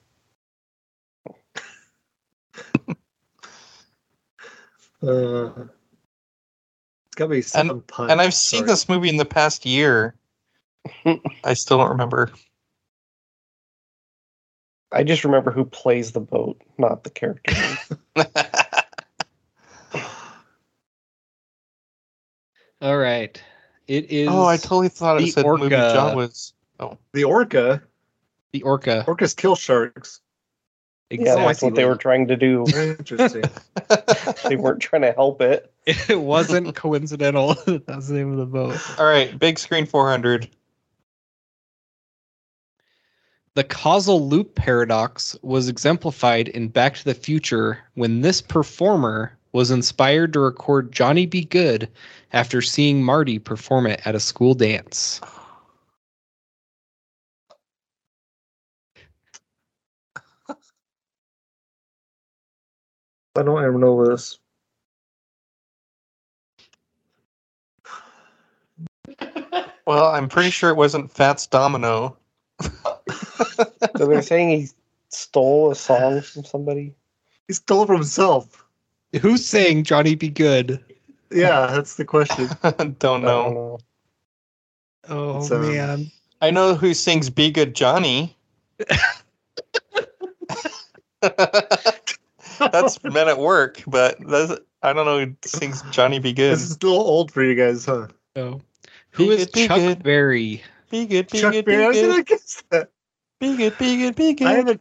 Speaker 6: Uh, it's got to be some punch.
Speaker 4: And I've seen
Speaker 6: Sorry.
Speaker 4: this movie in the past year. I still don't remember.
Speaker 5: I just remember who plays the boat, not the character.
Speaker 4: Oh,
Speaker 7: All right. It is
Speaker 4: oh, I totally thought
Speaker 7: the
Speaker 4: it said movie
Speaker 7: orca.
Speaker 4: John was.
Speaker 6: The orca.
Speaker 7: the orca.
Speaker 6: Orcas kill sharks.
Speaker 5: yeah,
Speaker 7: Oh,
Speaker 5: that's what they were trying to do.
Speaker 6: Interesting.
Speaker 5: They weren't trying to help it.
Speaker 7: It wasn't coincidental. that was the name of the boat.
Speaker 4: All right, big screen 400.
Speaker 7: The causal loop paradox was exemplified in Back to the Future when this performer was inspired to record Johnny Be Good after seeing Marty perform it at a school dance.
Speaker 6: I don't even know this.
Speaker 4: Well, I'm pretty sure it wasn't Fats Domino.
Speaker 5: So they're saying he stole a song from somebody.
Speaker 6: He stole it from himself.
Speaker 7: Who's saying Johnny Be Good?
Speaker 6: Yeah, that's the question.
Speaker 4: don't
Speaker 5: I don't
Speaker 4: know.
Speaker 5: know.
Speaker 7: Oh
Speaker 6: It's, um,
Speaker 7: man.
Speaker 4: I know who sings Be Good Johnny. That's men at work, but that's, I don't know who sings Johnny Be Good.
Speaker 6: This is a little old for you guys, huh?
Speaker 7: Oh.
Speaker 4: Be
Speaker 7: Who is
Speaker 4: Good, Be
Speaker 7: Chuck
Speaker 4: Good.
Speaker 7: Berry?
Speaker 4: Be good, be
Speaker 6: Chuck
Speaker 4: good, be
Speaker 6: Berry. I was gonna
Speaker 4: good,
Speaker 6: guess that.
Speaker 4: be good, be good, be
Speaker 6: I
Speaker 4: good,
Speaker 6: haven't.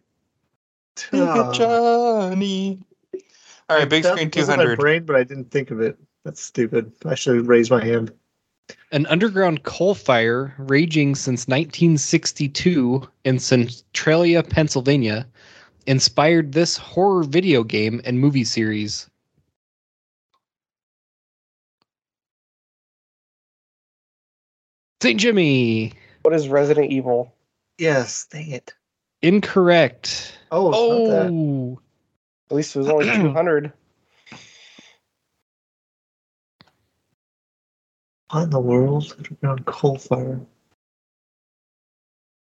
Speaker 4: be good,
Speaker 6: Ah,
Speaker 4: Johnny. All right, big
Speaker 6: that
Speaker 4: screen
Speaker 6: was in My
Speaker 4: 200.
Speaker 6: brain, but I didn't think of it. That's stupid. I should have raised my hand.
Speaker 7: An underground coal fire raging since 1962 in Centralia, Pennsylvania, inspired this horror video game and movie series. St. Jimmy!
Speaker 5: What is Resident Evil?
Speaker 6: Yes, dang it.
Speaker 7: Incorrect.
Speaker 6: Oh, it's not that.
Speaker 7: Oh!
Speaker 5: At least it was only 200.
Speaker 6: What in the world? Underground coal fire.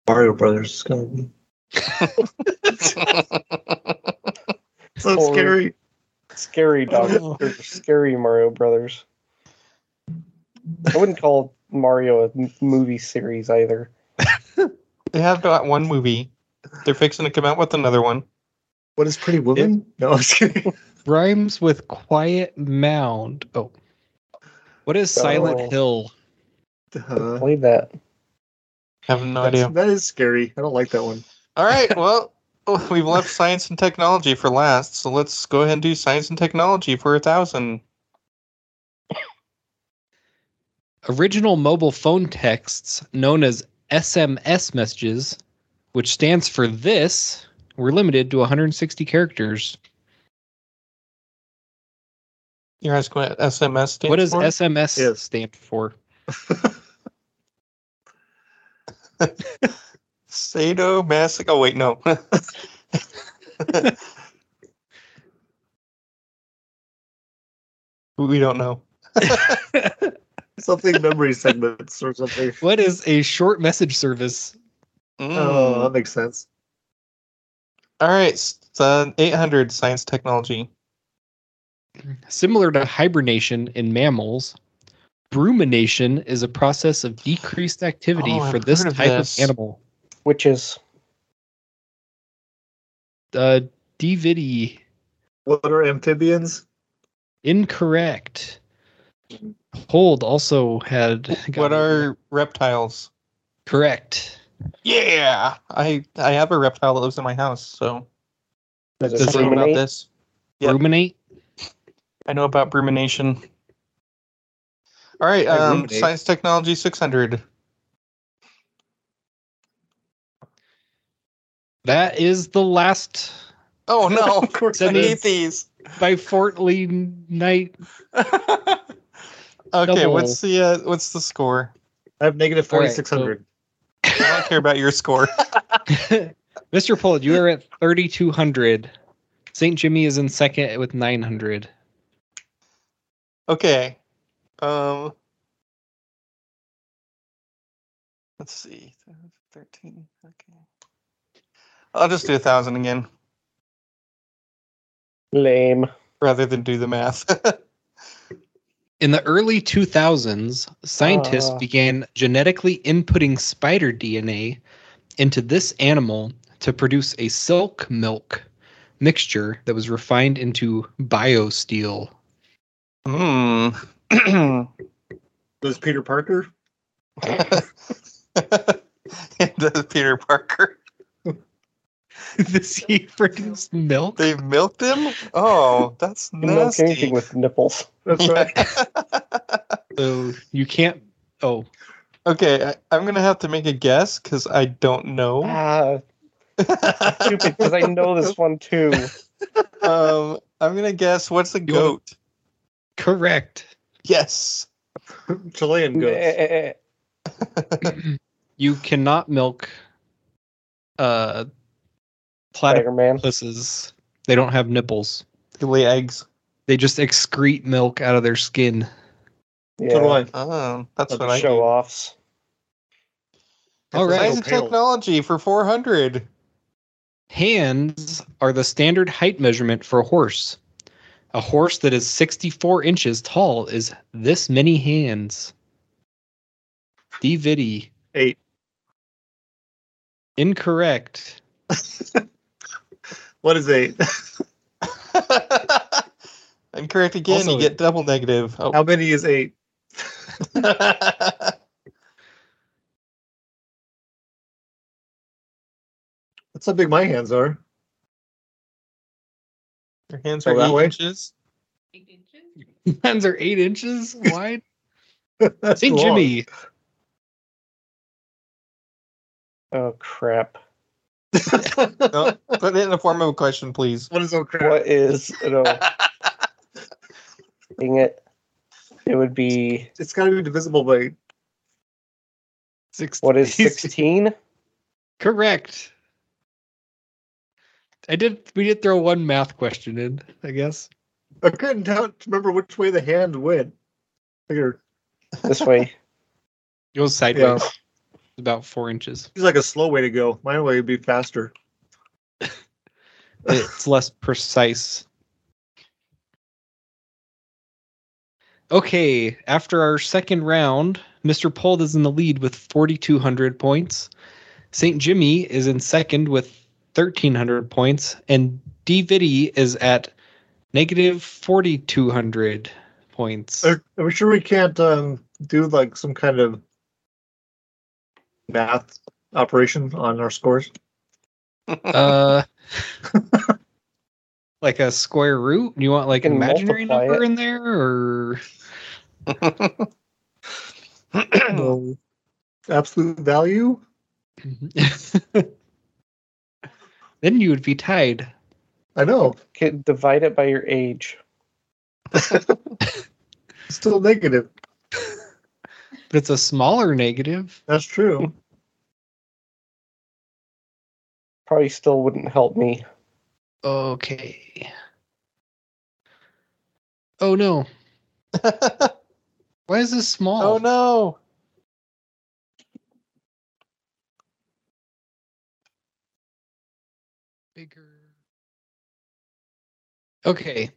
Speaker 6: Mario Brothers is gonna be so
Speaker 5: Or-
Speaker 6: scary.
Speaker 5: Scary dog. or scary Mario Brothers. I wouldn't call Mario a m- movie series either.
Speaker 4: They have got one movie. They're fixing to come out with another one.
Speaker 6: What is Pretty Woman? no, I'm just kidding.
Speaker 7: Rhymes with quiet mound. Oh. What is Silent
Speaker 5: Oh.
Speaker 7: Hill?
Speaker 6: Uh,
Speaker 5: Played that.
Speaker 4: Have no
Speaker 6: that's-
Speaker 4: idea.
Speaker 6: that is scary. I don't like that one.
Speaker 4: All right, well, we've left science and technology for last, so let's go ahead and do science and technology for a thousand.
Speaker 7: original mobile phone texts known as SMS messages, which stands for this, were limited to 160 characters.
Speaker 4: You're asking what SMS stands
Speaker 7: what does
Speaker 4: for?
Speaker 7: SMS
Speaker 6: Yes.
Speaker 7: stand for?
Speaker 4: Sadomasoch. Oh, wait, no. we don't know.
Speaker 6: Something memory segments or something.
Speaker 7: What is a short message service?
Speaker 6: Oh,
Speaker 4: Mm.
Speaker 6: that makes sense.
Speaker 4: All right, s- uh, 800 science technology.
Speaker 7: Similar to hibernation in mammals, brumination is a process of decreased activity
Speaker 4: Oh, I've
Speaker 7: for this
Speaker 4: heard of
Speaker 7: type
Speaker 4: this.
Speaker 7: of animal.
Speaker 5: Which is
Speaker 7: Uh, DVD,
Speaker 6: What are amphibians?
Speaker 7: incorrect. Hold also had.
Speaker 4: what are reptiles?
Speaker 7: correct?
Speaker 4: Yeah, I I have a reptile that lives in my house, so
Speaker 5: Does it
Speaker 4: I know about
Speaker 5: ruminate?
Speaker 4: this. Yep.
Speaker 7: Ruminate.
Speaker 4: I know about rumination. All right, um,
Speaker 6: ruminate.
Speaker 4: science technology 600.
Speaker 7: That is the last
Speaker 4: Oh no, of
Speaker 6: course
Speaker 4: I
Speaker 7: it is.
Speaker 4: hate these.
Speaker 7: by Fortley Knight.
Speaker 4: okay,
Speaker 7: Double.
Speaker 4: what's the uh, what's the score?
Speaker 6: I have negative
Speaker 7: All right,
Speaker 6: 4,600.
Speaker 4: I don't care about your score.
Speaker 7: Mr. Pold, you are at 3,200. St. Jimmy is in second with 900.
Speaker 4: Okay. Um Let's see. 13. Okay. I'll just do a thousand again
Speaker 5: lame.
Speaker 4: rather than do the math.
Speaker 7: In the early 2000s, scientists
Speaker 5: Ah.
Speaker 7: began genetically inputting spider DNA into this animal to produce a silk milk mixture that was refined into biosteel.
Speaker 4: Hmm.
Speaker 6: Does Peter Parker?
Speaker 4: it does uh, Peter Parker.
Speaker 7: this he produced milk?
Speaker 4: They milked him? Oh, that's
Speaker 5: You milk anything
Speaker 4: nasty.
Speaker 5: with nipples.
Speaker 6: That's right.
Speaker 7: So you can't. Oh,
Speaker 4: okay, I, I'm gonna have to make a guess because I don't know.
Speaker 5: Ah, stupid, because I know this one too.
Speaker 4: um, I'm gonna guess what's a
Speaker 7: You wanna-
Speaker 4: goat?
Speaker 7: correct.
Speaker 4: Yes.
Speaker 6: Chilean goats.
Speaker 5: Eh, eh,
Speaker 7: You cannot milk uh,
Speaker 5: eh, Spider-Man.
Speaker 7: platypuses. They don't have nipples.
Speaker 4: They lay eggs.
Speaker 7: They just excrete milk out of their skin.
Speaker 5: Yeah.
Speaker 6: So do I.
Speaker 4: Oh, that's
Speaker 6: Like
Speaker 4: what
Speaker 6: a
Speaker 4: I
Speaker 5: Show
Speaker 4: do.
Speaker 5: offs.
Speaker 7: All
Speaker 6: Right.
Speaker 4: Science
Speaker 7: right.
Speaker 4: and
Speaker 6: Pale.
Speaker 4: technology for 400.
Speaker 7: Hands are the standard height measurement for a horse. A horse that is 64 inches tall is this many hands. DVD.
Speaker 6: Eight.
Speaker 7: Incorrect.
Speaker 6: What is eight?
Speaker 4: Incorrect again.
Speaker 7: Also-
Speaker 4: you get double negative. Oh.
Speaker 6: How many is eight? That's how big my hands are.
Speaker 4: Your hands
Speaker 6: Oh,
Speaker 4: are
Speaker 6: that
Speaker 4: eight
Speaker 6: way?
Speaker 4: inches.
Speaker 7: Hands are eight inches wide.
Speaker 6: That's
Speaker 7: Hey,
Speaker 6: long.
Speaker 7: Jimmy.
Speaker 5: Oh crap!
Speaker 4: No, put it in the form of a question, please.
Speaker 6: What is oh crap?
Speaker 5: What is? No. Dang it! It would be
Speaker 6: It's got to be divisible by.
Speaker 7: Six.
Speaker 5: what is sixteen?
Speaker 7: Correct. I did. We did throw one math question in, I guess.
Speaker 6: I couldn't tell, remember which way the hand went. Figure
Speaker 5: This way.
Speaker 7: It was sideways, about four inches.
Speaker 6: he's like a slow way to go. My way would be faster.
Speaker 7: It's less precise. Okay, after our second round, Mr. Pold is in the lead with 4,200 points. St. Jimmy is in second with 1,300 points. And DVD is at negative 4,200 points.
Speaker 6: Are, are we sure we can't um, do like some kind of math operation on our scores?
Speaker 7: uh like a square root you want like an
Speaker 5: Can
Speaker 7: imaginary
Speaker 5: multiply
Speaker 7: number
Speaker 5: it.
Speaker 7: in there or
Speaker 6: No. Absolute value?
Speaker 7: then you would be tied
Speaker 6: I know.
Speaker 5: Can divide it by your age.
Speaker 6: It's Still negative.
Speaker 7: but it's a smaller negative
Speaker 6: That's true.
Speaker 5: Probably still wouldn't help me.
Speaker 7: okay oh no why is this small
Speaker 4: oh no.
Speaker 7: bigger okay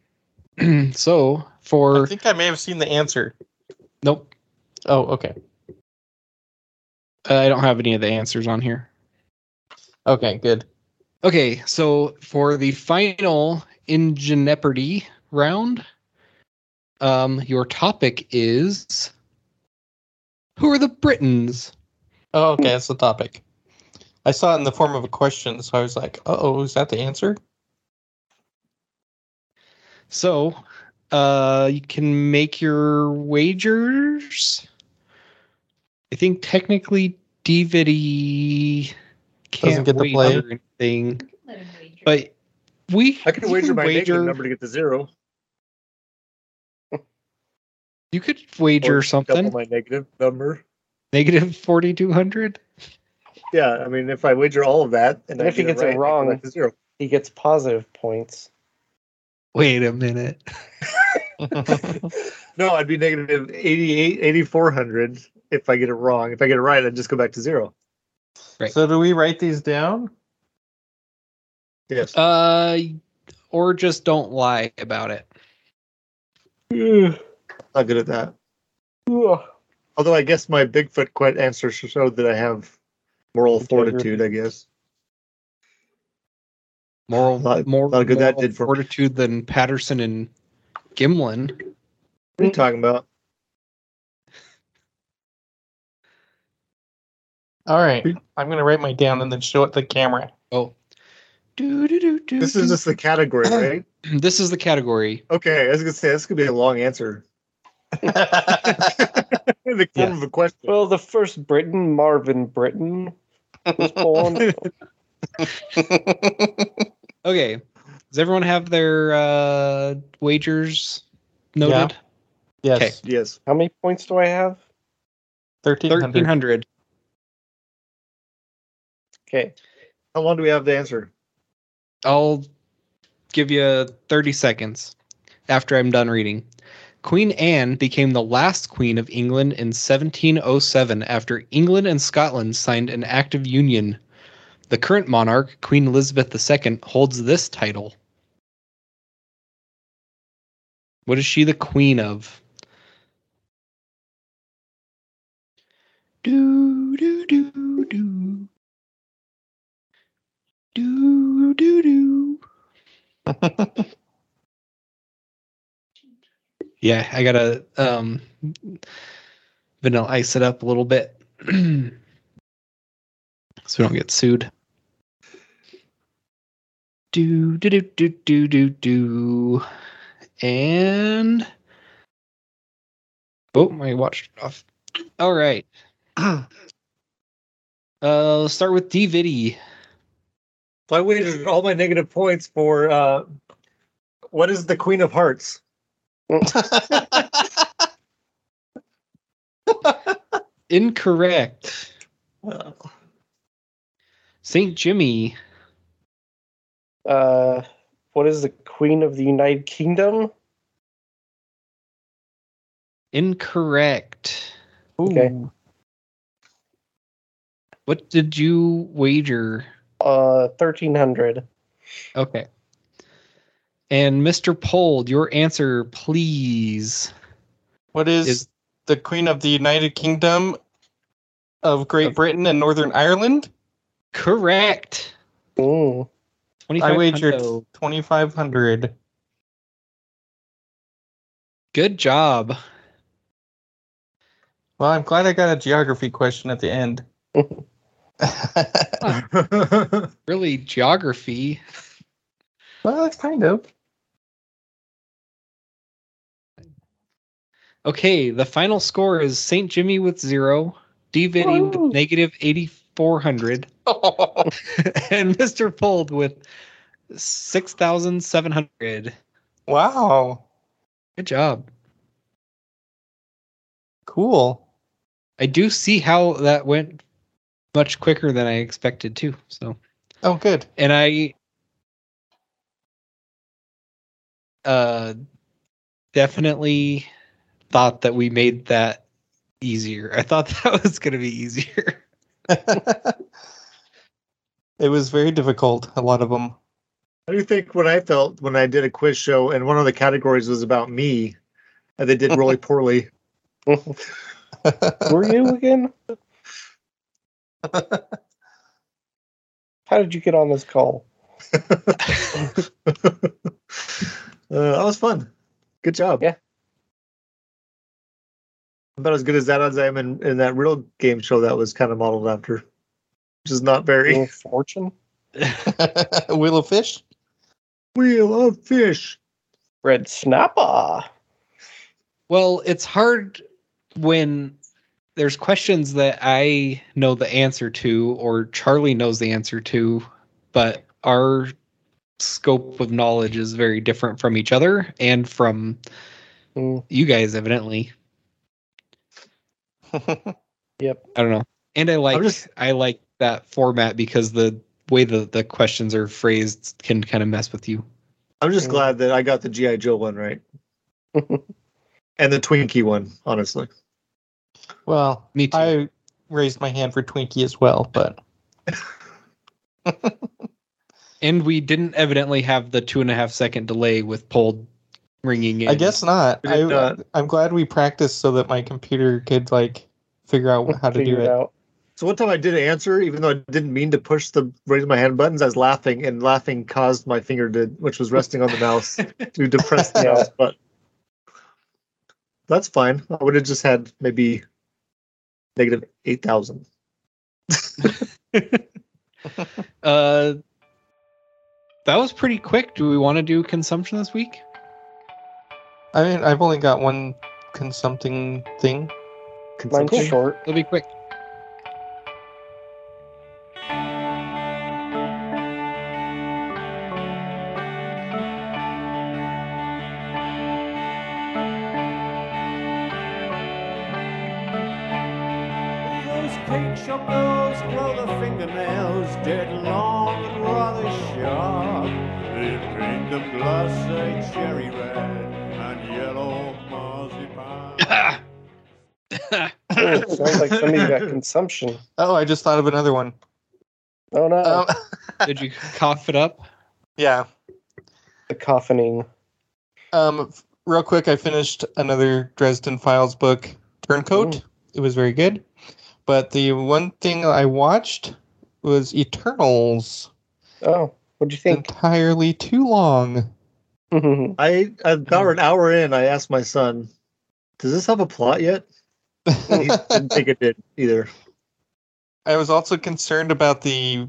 Speaker 7: so for
Speaker 4: I think I may have seen the answer.
Speaker 7: nope
Speaker 4: Oh, okay.
Speaker 7: i don't have any of the answers on here
Speaker 4: Okay, good.
Speaker 7: Okay, so for the final in Jeopardy round, um, your topic is who are the Britons?
Speaker 4: Oh, okay, that's the topic. I saw it in the form of a question, so I was like, uh oh, is that the answer?
Speaker 7: So, uh, you can make your wagers. I think technically DVD
Speaker 4: Doesn't
Speaker 7: can't
Speaker 4: get to
Speaker 7: wager
Speaker 4: play.
Speaker 7: anything, but we
Speaker 6: I could
Speaker 7: you
Speaker 6: wager my
Speaker 7: wager-
Speaker 6: negative number to get to zero.
Speaker 7: You could wager
Speaker 6: Or
Speaker 7: something
Speaker 6: Double my negative number.
Speaker 7: negative forty two hundred.
Speaker 6: Yeah, I mean, if I wager all of that, and
Speaker 5: What
Speaker 6: I
Speaker 5: if he
Speaker 6: get
Speaker 5: gets it
Speaker 6: right, I go
Speaker 5: wrong?
Speaker 6: back to zero.
Speaker 5: He gets positive points.
Speaker 7: Wait a minute.
Speaker 6: No, I'd be negative 88, 8400 if I get it wrong. If I get it right, I'd just go back to zero.
Speaker 7: Right.
Speaker 4: So do we write these down?
Speaker 6: Yes.
Speaker 7: Uh, or just don't lie about it.
Speaker 6: Ugh, Not good at that.
Speaker 5: Ugh.
Speaker 6: Although I guess my Bigfoot quite answer showed that I have moral fortitude. I guess.
Speaker 7: Moral,
Speaker 6: Not-
Speaker 7: more
Speaker 6: not good that
Speaker 7: moral
Speaker 6: did for me.
Speaker 7: fortitude than Patterson and Gimlin.
Speaker 6: What are you talking about?
Speaker 4: All right, I'm gonna write mine down and then show it to the camera.
Speaker 7: Oh, do do do do.
Speaker 6: This is just the category, right?
Speaker 7: this is the category.
Speaker 6: Okay, I was gonna say this could be a long answer. In the form
Speaker 7: Yeah.
Speaker 6: of a question.
Speaker 5: Well, the first Briton, Marvin Briton, was born.
Speaker 7: Okay, does everyone have their uh, wagers noted? Okay.
Speaker 4: yes,
Speaker 6: Yes.
Speaker 5: How many points do I have?
Speaker 4: thirteen
Speaker 7: Thirteen
Speaker 4: hundred.
Speaker 7: hundred.
Speaker 5: Okay.
Speaker 6: How long do we have to answer?
Speaker 7: I'll give you 30 seconds after I'm done reading. Queen Anne became the last queen of England in 1707 after England and Scotland signed an act of union. The current monarch, Queen Elizabeth II, holds this title. What is she the queen of? Do, do, do, do. Do do do. yeah, I gotta um vanilla ice it up a little bit so we don't get sued. Do do do do do do do and oh my watch turned off. All right. uh let's start with DVD.
Speaker 6: So I wagered all my negative points for uh, what is the Queen of Hearts?
Speaker 7: Incorrect. St. Jimmy.
Speaker 5: Uh, what is the Queen of the United Kingdom?
Speaker 7: Incorrect.
Speaker 5: Okay.
Speaker 7: What did you wager?
Speaker 5: Uh, thirteen hundred.
Speaker 7: Okay. And Mr. Pold, your answer, please.
Speaker 4: What is,
Speaker 7: Is-
Speaker 4: the Queen of the United Kingdom of Great Britain and Northern Ireland?
Speaker 7: Correct.
Speaker 4: I
Speaker 5: Mm.
Speaker 7: 25
Speaker 4: wagered
Speaker 7: hundo.
Speaker 4: twenty five hundred.
Speaker 7: Good job.
Speaker 4: Well, I'm glad I got a geography question at the end.
Speaker 7: Really, geography.
Speaker 4: well, it's kind of.
Speaker 7: Okay, the final score is St. Jimmy with zero, DVD with negative 8,400. and Mr. Fold with 6,700.
Speaker 4: Wow.
Speaker 7: Good job.
Speaker 4: Cool.
Speaker 7: I do see how that went much quicker than I expected too. So,
Speaker 4: Oh, good.
Speaker 7: and I uh definitely thought that we made that easier. I thought that was going to be easier.
Speaker 4: it was very difficult. A lot of them.
Speaker 6: I do think what I felt when I did a quiz show and one of the categories was about me, and they did really poorly.
Speaker 5: Were you again? How did you get on this call?
Speaker 6: uh, that was fun. Good job.
Speaker 5: Yeah.
Speaker 6: About as good as that as I am in, in that real game show that was kind of modeled after, which is not
Speaker 5: Wheel
Speaker 6: very.
Speaker 5: of Fortune,
Speaker 4: Wheel of Fish.
Speaker 6: Wheel of Fish.
Speaker 5: Red Snapper.
Speaker 7: Well, it's hard when there's questions that I know the answer to or Charlie knows the answer to, but our scope of knowledge is very different from each other and from
Speaker 5: Mm.
Speaker 7: you guys evidently.
Speaker 5: Yep.
Speaker 7: I don't know. And I like
Speaker 6: I'm just-
Speaker 7: I like that format because the way the, the questions are phrased can kind of mess with you.
Speaker 6: I'm just
Speaker 5: Mm.
Speaker 6: glad that I got the GI Joe one right, and the Twinkie one. Honestly,
Speaker 4: well,
Speaker 7: Me too.
Speaker 4: I raised my hand for Twinkie as well, but
Speaker 7: And we didn't evidently have the two and a half second delay with Pold ringing in.
Speaker 4: I guess not.
Speaker 6: We
Speaker 4: I,
Speaker 6: did not.
Speaker 4: I'm glad we practiced so that my computer could like figure out how to do
Speaker 5: Figure
Speaker 4: it.
Speaker 5: out.
Speaker 6: So one time I did answer, even though I didn't mean to push the raise my hand buttons. I was laughing, and laughing caused my finger to, which was resting on the mouse, to depress the mouse button. That's fine. I would have just had maybe negative eight thousand.
Speaker 7: Uh, that was pretty quick. Do we want to do consumption this week?
Speaker 4: I mean, I've only got one consumpting thing.
Speaker 5: Mine's short.
Speaker 7: It'll be quick.
Speaker 2: Those pink shovels grow the fingernails dead long and rather sharp. They paint the glass a cherry red and yellow marzipan.
Speaker 5: Oh, sounds like somebody got consumption.
Speaker 4: Oh, I just thought of another one.
Speaker 5: Oh no,
Speaker 4: Um,
Speaker 7: Did you cough it up?
Speaker 4: yeah.
Speaker 5: the coffining.
Speaker 4: Um, f- real quick, I finished another Dresden Files book, Turncoat. It was very good. But the one thing I watched was Eternals.
Speaker 5: Oh, what'd you think?
Speaker 4: Entirely too long.
Speaker 5: Mhm.
Speaker 6: I about an hour in, I asked my son, "Does this have a plot yet?" And he didn't think it did either.
Speaker 4: I was also concerned about the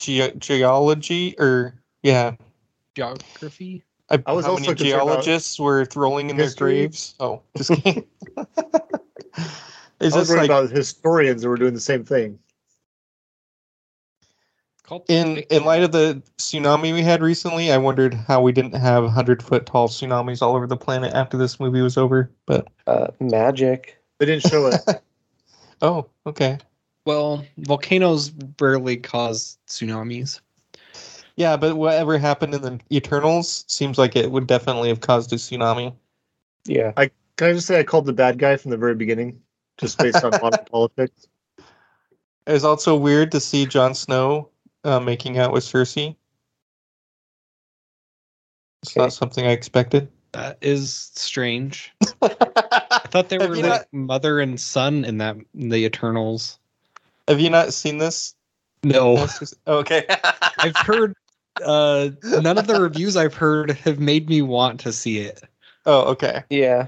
Speaker 4: ge- geology, or yeah,
Speaker 7: Geography.
Speaker 4: I,
Speaker 6: I was
Speaker 4: how
Speaker 6: also
Speaker 4: many
Speaker 6: concerned about
Speaker 4: geologists were rolling in their
Speaker 6: history.
Speaker 4: graves. Oh, just kidding. it's
Speaker 6: I was
Speaker 4: just
Speaker 6: worried
Speaker 4: like
Speaker 6: about historians that were doing the same thing.
Speaker 7: Called
Speaker 4: in in light of the tsunami we had recently, I wondered how we didn't have hundred foot tall tsunamis all over the planet after this movie was over. But
Speaker 5: Uh, magic.
Speaker 6: They didn't show it.
Speaker 4: oh, okay,
Speaker 7: well, volcanoes rarely cause tsunamis.
Speaker 4: yeah. But whatever happened in the Eternals seems like it would definitely have caused a tsunami.
Speaker 5: Yeah.
Speaker 6: Can I just say I called the bad guy from the very beginning, just based on modern politics?
Speaker 4: It was also weird to see Jon Snow uh, making out with Cersei. It's
Speaker 5: Okay.
Speaker 4: not something I expected.
Speaker 7: That is strange. I
Speaker 4: have
Speaker 7: thought they
Speaker 4: Have
Speaker 7: were
Speaker 4: you
Speaker 7: like mother and son in that in the Eternals.
Speaker 4: you not seen this? Oh,
Speaker 7: No,
Speaker 4: Okay.
Speaker 7: I've heard uh, none of the reviews I've heard have made me want to see it.
Speaker 4: oh, okay.
Speaker 5: Yeah.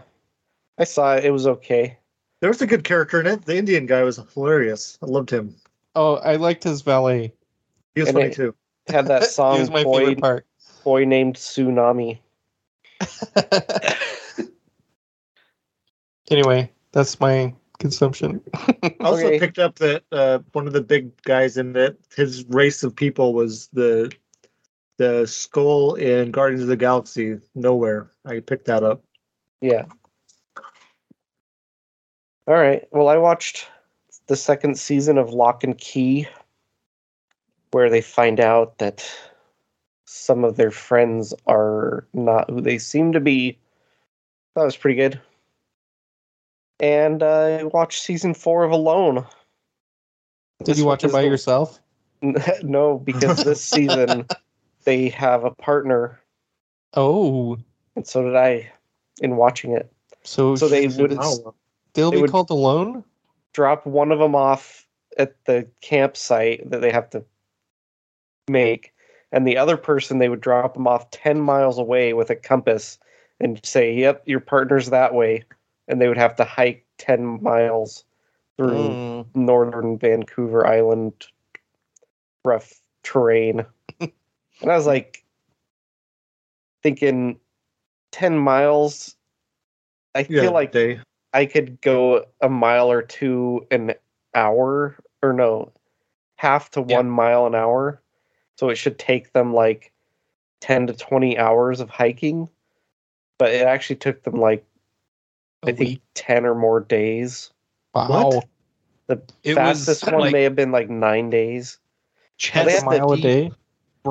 Speaker 5: I saw it. It was okay.
Speaker 6: There was a good character in it. The Indian guy was hilarious. I loved him.
Speaker 4: Oh, I liked his valet.
Speaker 6: He was
Speaker 5: And
Speaker 6: funny
Speaker 5: it-
Speaker 6: too.
Speaker 5: It had that
Speaker 4: he
Speaker 5: song
Speaker 4: was my
Speaker 5: boy,
Speaker 4: favorite part.
Speaker 5: boy named Tsunami.
Speaker 4: anyway, that's my consumption.
Speaker 6: I also
Speaker 5: Okay.
Speaker 6: picked up that uh, one of the big guys in it, his race of people was the the skull in Guardians of the Galaxy. Nowhere. I picked that up.
Speaker 5: Yeah. All right. Well, I watched the second season of Lock and Key, where they find out that some of their friends are not who they seem to be. That was pretty good. And I watched season four of Alone.
Speaker 4: Did you watch it by
Speaker 5: yourself?
Speaker 4: yourself?
Speaker 5: no, because this season they have a partner,
Speaker 4: Oh,
Speaker 5: and so did I in watching it.
Speaker 4: so
Speaker 5: So they would
Speaker 6: Oh,
Speaker 4: still
Speaker 5: they
Speaker 4: be
Speaker 5: would-
Speaker 4: called alone?
Speaker 5: drop one of them off at the campsite that they have to make, and the other person they would drop them off 10 miles away with a compass and say, Yep, your partner's that way. And they would have to hike 10 miles through Hmm.
Speaker 4: Mm.
Speaker 5: northern Vancouver Island rough terrain. and I was like thinking 10 miles. I
Speaker 6: yeah,
Speaker 5: feel like
Speaker 6: they.
Speaker 5: I could go a mile or two an hour, or no, half to
Speaker 7: Yeah.
Speaker 5: one mile an hour. So it should take them like 10 to 20 hours of hiking. But it actually took them like, I
Speaker 7: A
Speaker 5: think,
Speaker 7: week.
Speaker 5: 10 or more days.
Speaker 4: Oh, Wow.
Speaker 6: What?
Speaker 5: The
Speaker 7: It was
Speaker 5: fastest one
Speaker 7: like
Speaker 5: may have been like nine days.
Speaker 7: chest
Speaker 5: They have
Speaker 4: a mile a
Speaker 7: deep
Speaker 4: day?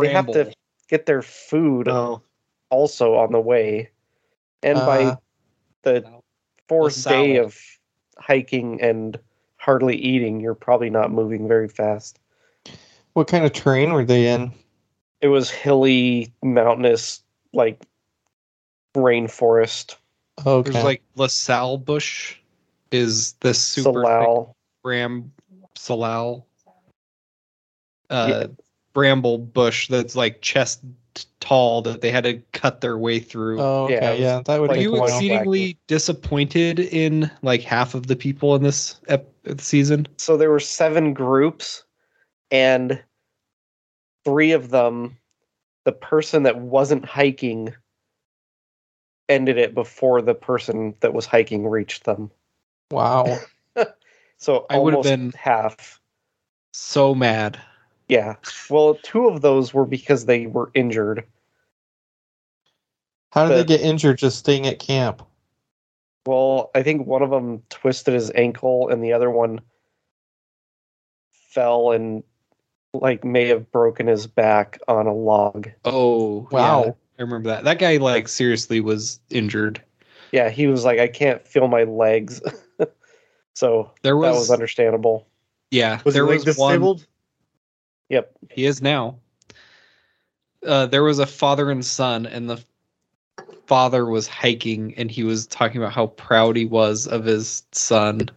Speaker 5: They have to
Speaker 7: bramble.
Speaker 5: get their food
Speaker 6: Oh,
Speaker 5: also on the way. And
Speaker 4: Uh,
Speaker 7: Uh-huh.
Speaker 5: by the
Speaker 7: Wow.
Speaker 5: fourth day
Speaker 7: salad.
Speaker 5: of hiking and hardly eating, you're probably not moving very fast.
Speaker 4: What kind of terrain were they in?
Speaker 5: It was hilly, mountainous, like rainforest.
Speaker 4: Okay.
Speaker 7: There's like LaSalle Bush is this super thick
Speaker 5: Salal.
Speaker 7: bram salal uh bramble bush that's like chest tall that they had to cut their way through.
Speaker 4: oh, okay,
Speaker 5: yeah,
Speaker 4: yeah,
Speaker 5: it was
Speaker 4: that would
Speaker 7: Are
Speaker 5: like
Speaker 4: make
Speaker 7: you
Speaker 4: more
Speaker 5: one-
Speaker 4: sense.
Speaker 7: exceedingly disappointed in like half of the people in this ep- season?
Speaker 5: So there were seven groups, and three of them, the person that wasn't hiking ended it before the person that was hiking reached them.
Speaker 4: Wow.
Speaker 5: So
Speaker 7: I would've
Speaker 5: almost
Speaker 7: been-
Speaker 5: half.
Speaker 7: So mad.
Speaker 5: Yeah. Well, two of those were because they were injured.
Speaker 4: How did they
Speaker 5: But-
Speaker 4: get injured just staying at camp?
Speaker 5: Well, I think one of them twisted his ankle, and the other one fell and like may have broken his back on a log.
Speaker 7: Oh
Speaker 4: Wow.
Speaker 7: yeah, I remember that. That guy like seriously was injured.
Speaker 5: Yeah, he was like, I can't feel my legs. so
Speaker 7: There was,
Speaker 5: that was understandable.
Speaker 7: yeah.
Speaker 6: Was
Speaker 7: there
Speaker 6: it like
Speaker 7: was one
Speaker 6: disabled?
Speaker 5: Yep.
Speaker 7: He is now. Uh, there was a father and son, and the father was hiking, and he was talking about how proud he was of his son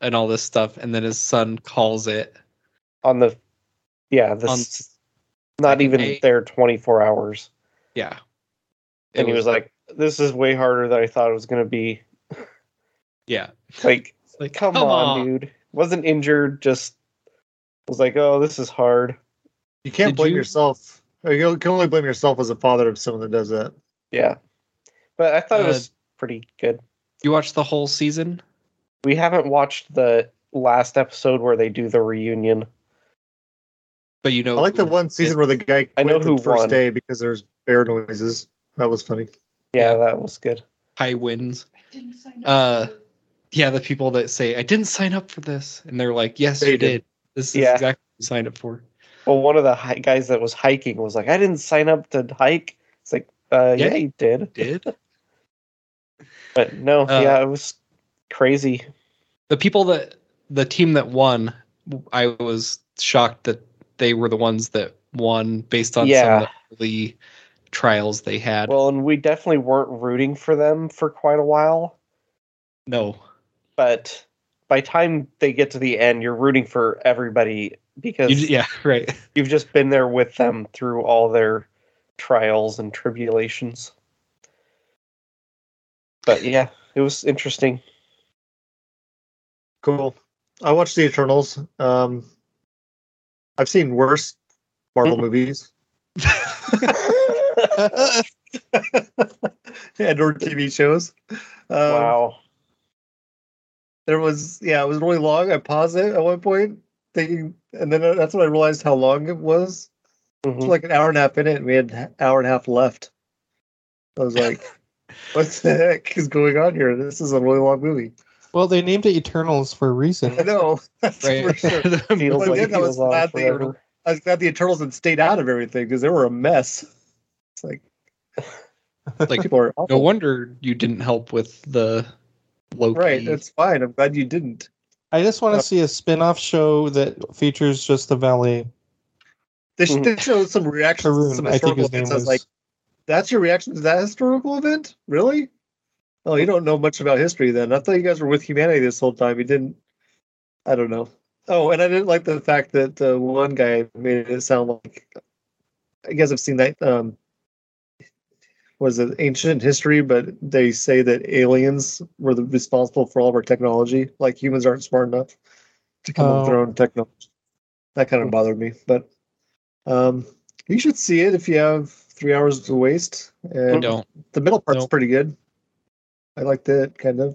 Speaker 7: and all this stuff. And then his son calls it
Speaker 5: On the, yeah,
Speaker 7: On-
Speaker 5: this, not
Speaker 7: like
Speaker 5: even
Speaker 7: eight.
Speaker 5: there 24 hours.
Speaker 7: Yeah. It
Speaker 5: And he was like, this is way harder than I thought it was going to be.
Speaker 7: Yeah.
Speaker 5: Like,
Speaker 7: It's like,
Speaker 5: come, on, dude. Wasn't injured, just was like, oh, this is hard.
Speaker 6: You can't
Speaker 7: Did
Speaker 6: blame
Speaker 7: you-
Speaker 6: yourself. Or You can only blame yourself as a father of someone that does that.
Speaker 5: Yeah. But I thought
Speaker 7: Uh,
Speaker 5: it was pretty good.
Speaker 7: You watched the whole season?
Speaker 5: We haven't watched the last episode where they do the reunion.
Speaker 7: But you know
Speaker 6: I like the one season where the guy quit
Speaker 5: I know who
Speaker 6: the first
Speaker 5: won.
Speaker 6: day because there's bear noises. That was funny.
Speaker 5: Yeah,
Speaker 7: Yeah.
Speaker 5: that was good.
Speaker 7: high winds. Uh yeah, the people that say, I didn't sign up for this. And they're like, Yes,
Speaker 6: They
Speaker 7: you
Speaker 6: did.
Speaker 7: did. This is
Speaker 5: Yeah.
Speaker 7: exactly what you signed up for.
Speaker 5: Well, one of the hi- guys that was hiking was like, "I didn't sign up to hike." It's like, uh,
Speaker 7: Yeah.
Speaker 5: yeah, you did,
Speaker 7: Did?
Speaker 5: but no,
Speaker 7: Uh,
Speaker 5: yeah, it was crazy.
Speaker 7: the people that the team that won, I was shocked that they were the ones that won based on some
Speaker 5: Yeah.
Speaker 7: of the early trials they had.
Speaker 5: Well, and we definitely weren't rooting for them for quite a while,
Speaker 7: no.
Speaker 5: but by time they get to the end, you're rooting for everybody because
Speaker 7: You, yeah, right.
Speaker 5: you've just been there with them through all their trials and tribulations. But yeah, it was interesting.
Speaker 6: Cool. I watched the Eternals. Um, I've seen worse Marvel movies and or TV shows. Um,
Speaker 5: wow.
Speaker 6: There was yeah, it was really long. I paused it at one point, thinking, and then uh, that's when I realized how long it was. It was
Speaker 5: Mhm.
Speaker 6: like an hour and a half in it, and we had an hour and a half left. I was like, "What the heck is going on here? This is a really long movie."
Speaker 4: Well, they named it Eternals for a
Speaker 6: I
Speaker 4: reason.
Speaker 6: know. That's for
Speaker 7: right.
Speaker 6: sure.
Speaker 5: Feels
Speaker 6: Well,
Speaker 5: like
Speaker 6: yeah,
Speaker 5: it
Speaker 6: that was
Speaker 5: was on
Speaker 6: bad thing.
Speaker 5: forever.
Speaker 6: I was glad the Eternals had stayed out of everything because they were a mess. It's like
Speaker 7: like
Speaker 6: people are
Speaker 7: no
Speaker 6: awful.
Speaker 7: wonder you didn't help with the Loki.
Speaker 6: right, that's fine. I'm glad you didn't.
Speaker 4: I just want to see a spin-off show that features just the valet.
Speaker 6: They should
Speaker 5: Mhm.
Speaker 6: they showed some reactions to
Speaker 4: Tarun,
Speaker 6: some
Speaker 4: Mm-hmm. I think
Speaker 6: historical
Speaker 4: his name
Speaker 6: events. I
Speaker 4: was.
Speaker 6: was like, "That's your reaction to that historical event? Really? Oh, you don't know much about history then. I thought you guys were with humanity this whole time. You didn't. I don't know. Oh, and I didn't like the fact that the one guy made it sound like. I guess I've seen that. Um, was it ancient history? But they say that aliens were the, responsible for all of our technology. Like humans aren't smart enough to come up with their
Speaker 4: Oh. Hmm.
Speaker 6: own technology. That kind of bothered me, but um, you should see it if you have three hours to waste.
Speaker 7: You
Speaker 6: And
Speaker 7: don't.
Speaker 6: the middle part's
Speaker 7: Nope.
Speaker 6: pretty good. I liked it kind of.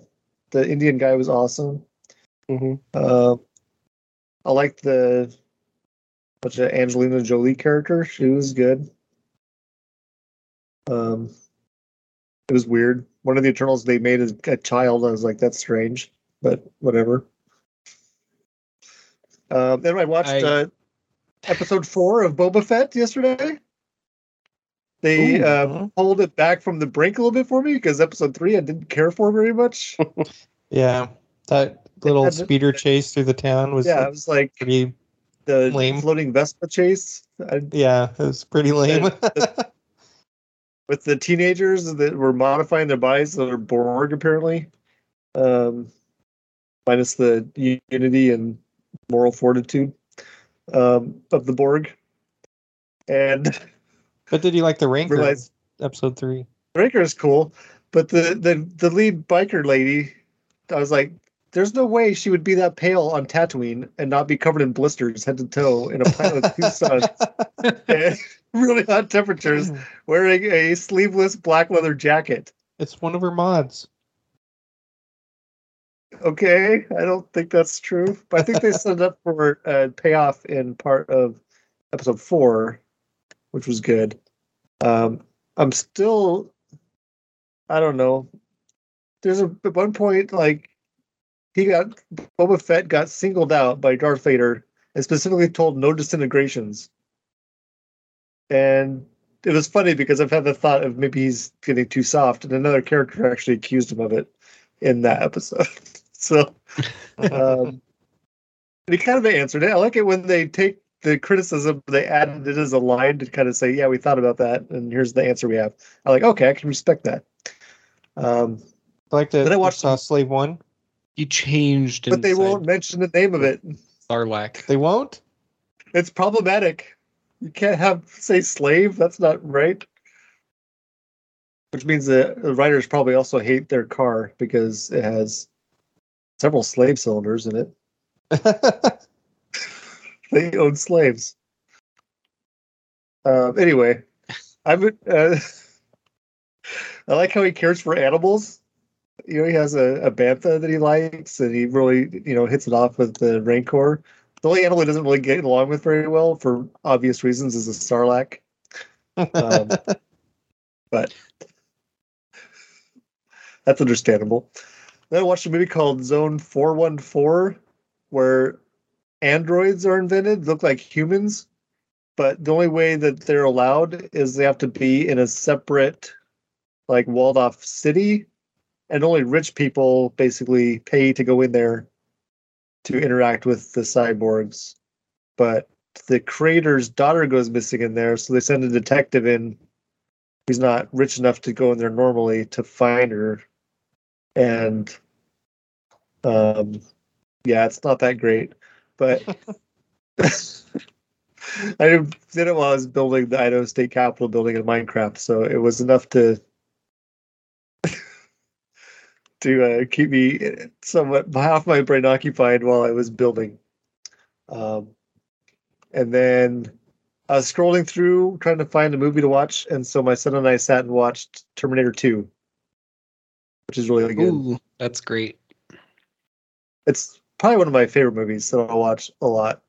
Speaker 6: The Indian guy was awesome.
Speaker 5: Mhm.
Speaker 6: Uh, I liked the what's it, Angelina Jolie character. She was good. Um, it was weird. One of the Eternals they made is a child. I was like, that's strange, but whatever. Um, then I watched
Speaker 7: I-
Speaker 6: uh, episode four of Boba Fett yesterday. They
Speaker 4: Ooh,
Speaker 6: uh,
Speaker 4: huh?
Speaker 6: pulled it back from the brink a little bit for me because episode three I didn't care for very much.
Speaker 4: Yeah, that little
Speaker 6: had the-
Speaker 4: speeder chase through the town was
Speaker 6: yeah,
Speaker 4: yeah,
Speaker 6: it was like
Speaker 4: pretty.
Speaker 6: the
Speaker 4: lame.
Speaker 6: uh, floating Vespa chase. I,
Speaker 4: Yeah, it was pretty lame.
Speaker 6: with the teenagers that were modifying their bodies that are Borg apparently, um, minus the unity and moral fortitude um, of the Borg, and
Speaker 4: But did you like the Ranker
Speaker 6: realize
Speaker 4: episode three?
Speaker 6: Breaker is cool, but the, the the lead biker lady, I was like, there's no way she would be that pale on Tatooine and not be covered in blisters head to toe in a planet with two suns and really hot temperatures, wearing a sleeveless black leather jacket.
Speaker 4: It's one of her mods.
Speaker 6: Okay, I don't think that's true, but I think they set it up for uh, payoff in part of episode four, which was good. Um, I'm still, I don't know. There's a at one point like he got Boba Fett got singled out by Darth Vader and specifically told no disintegrations, and it was funny because I've had the thought of maybe he's getting too soft, and another character actually accused him of it in that episode. so um, they kind of answered it. I like it when they take the criticism, they added it as a line to kind of say, "Yeah, we thought about that, and here's the answer we have." I like, okay, I can respect that. Um,
Speaker 4: I like that.
Speaker 6: Then I
Speaker 4: I
Speaker 6: watched-
Speaker 4: saw Slave One.
Speaker 7: You changed.
Speaker 6: but they
Speaker 7: inside
Speaker 6: won't mention the name of it.
Speaker 7: Sarlacc.
Speaker 4: They won't.
Speaker 6: It's problematic. You can't have say slave. That's not right. Which means the the writers probably also hate their car because it has several slave cylinders in it. they owned slaves. Um, anyway, I would. Uh, I like how he cares for animals. You know, he has a, a bantha that he likes, and he really, you know, hits it off with the rancor. The only animal he doesn't really get along with very well, for obvious reasons, is a sarlacc. Um, but that's understandable. Then I watched a movie called Zone Four One Four, where androids are invented look like humans, but the only way that they're allowed is they have to be in a separate, like walled off city, and only rich people basically pay to go in there to interact with the cyborgs. But the creator's daughter goes missing in there, so they send a detective in who's not rich enough to go in there normally to find her. And um yeah, it's not that great but I did it while I was building the Idaho State Capitol building in Minecraft, so it was enough to to uh, keep me somewhat half my brain occupied while I was building. Um, and then I was scrolling through trying to find a movie to watch, and so my son and I sat and watched Terminator Two, which is really good
Speaker 7: Ooh, that's great.
Speaker 6: it's probably one of my favorite movies that I'll watch a lot.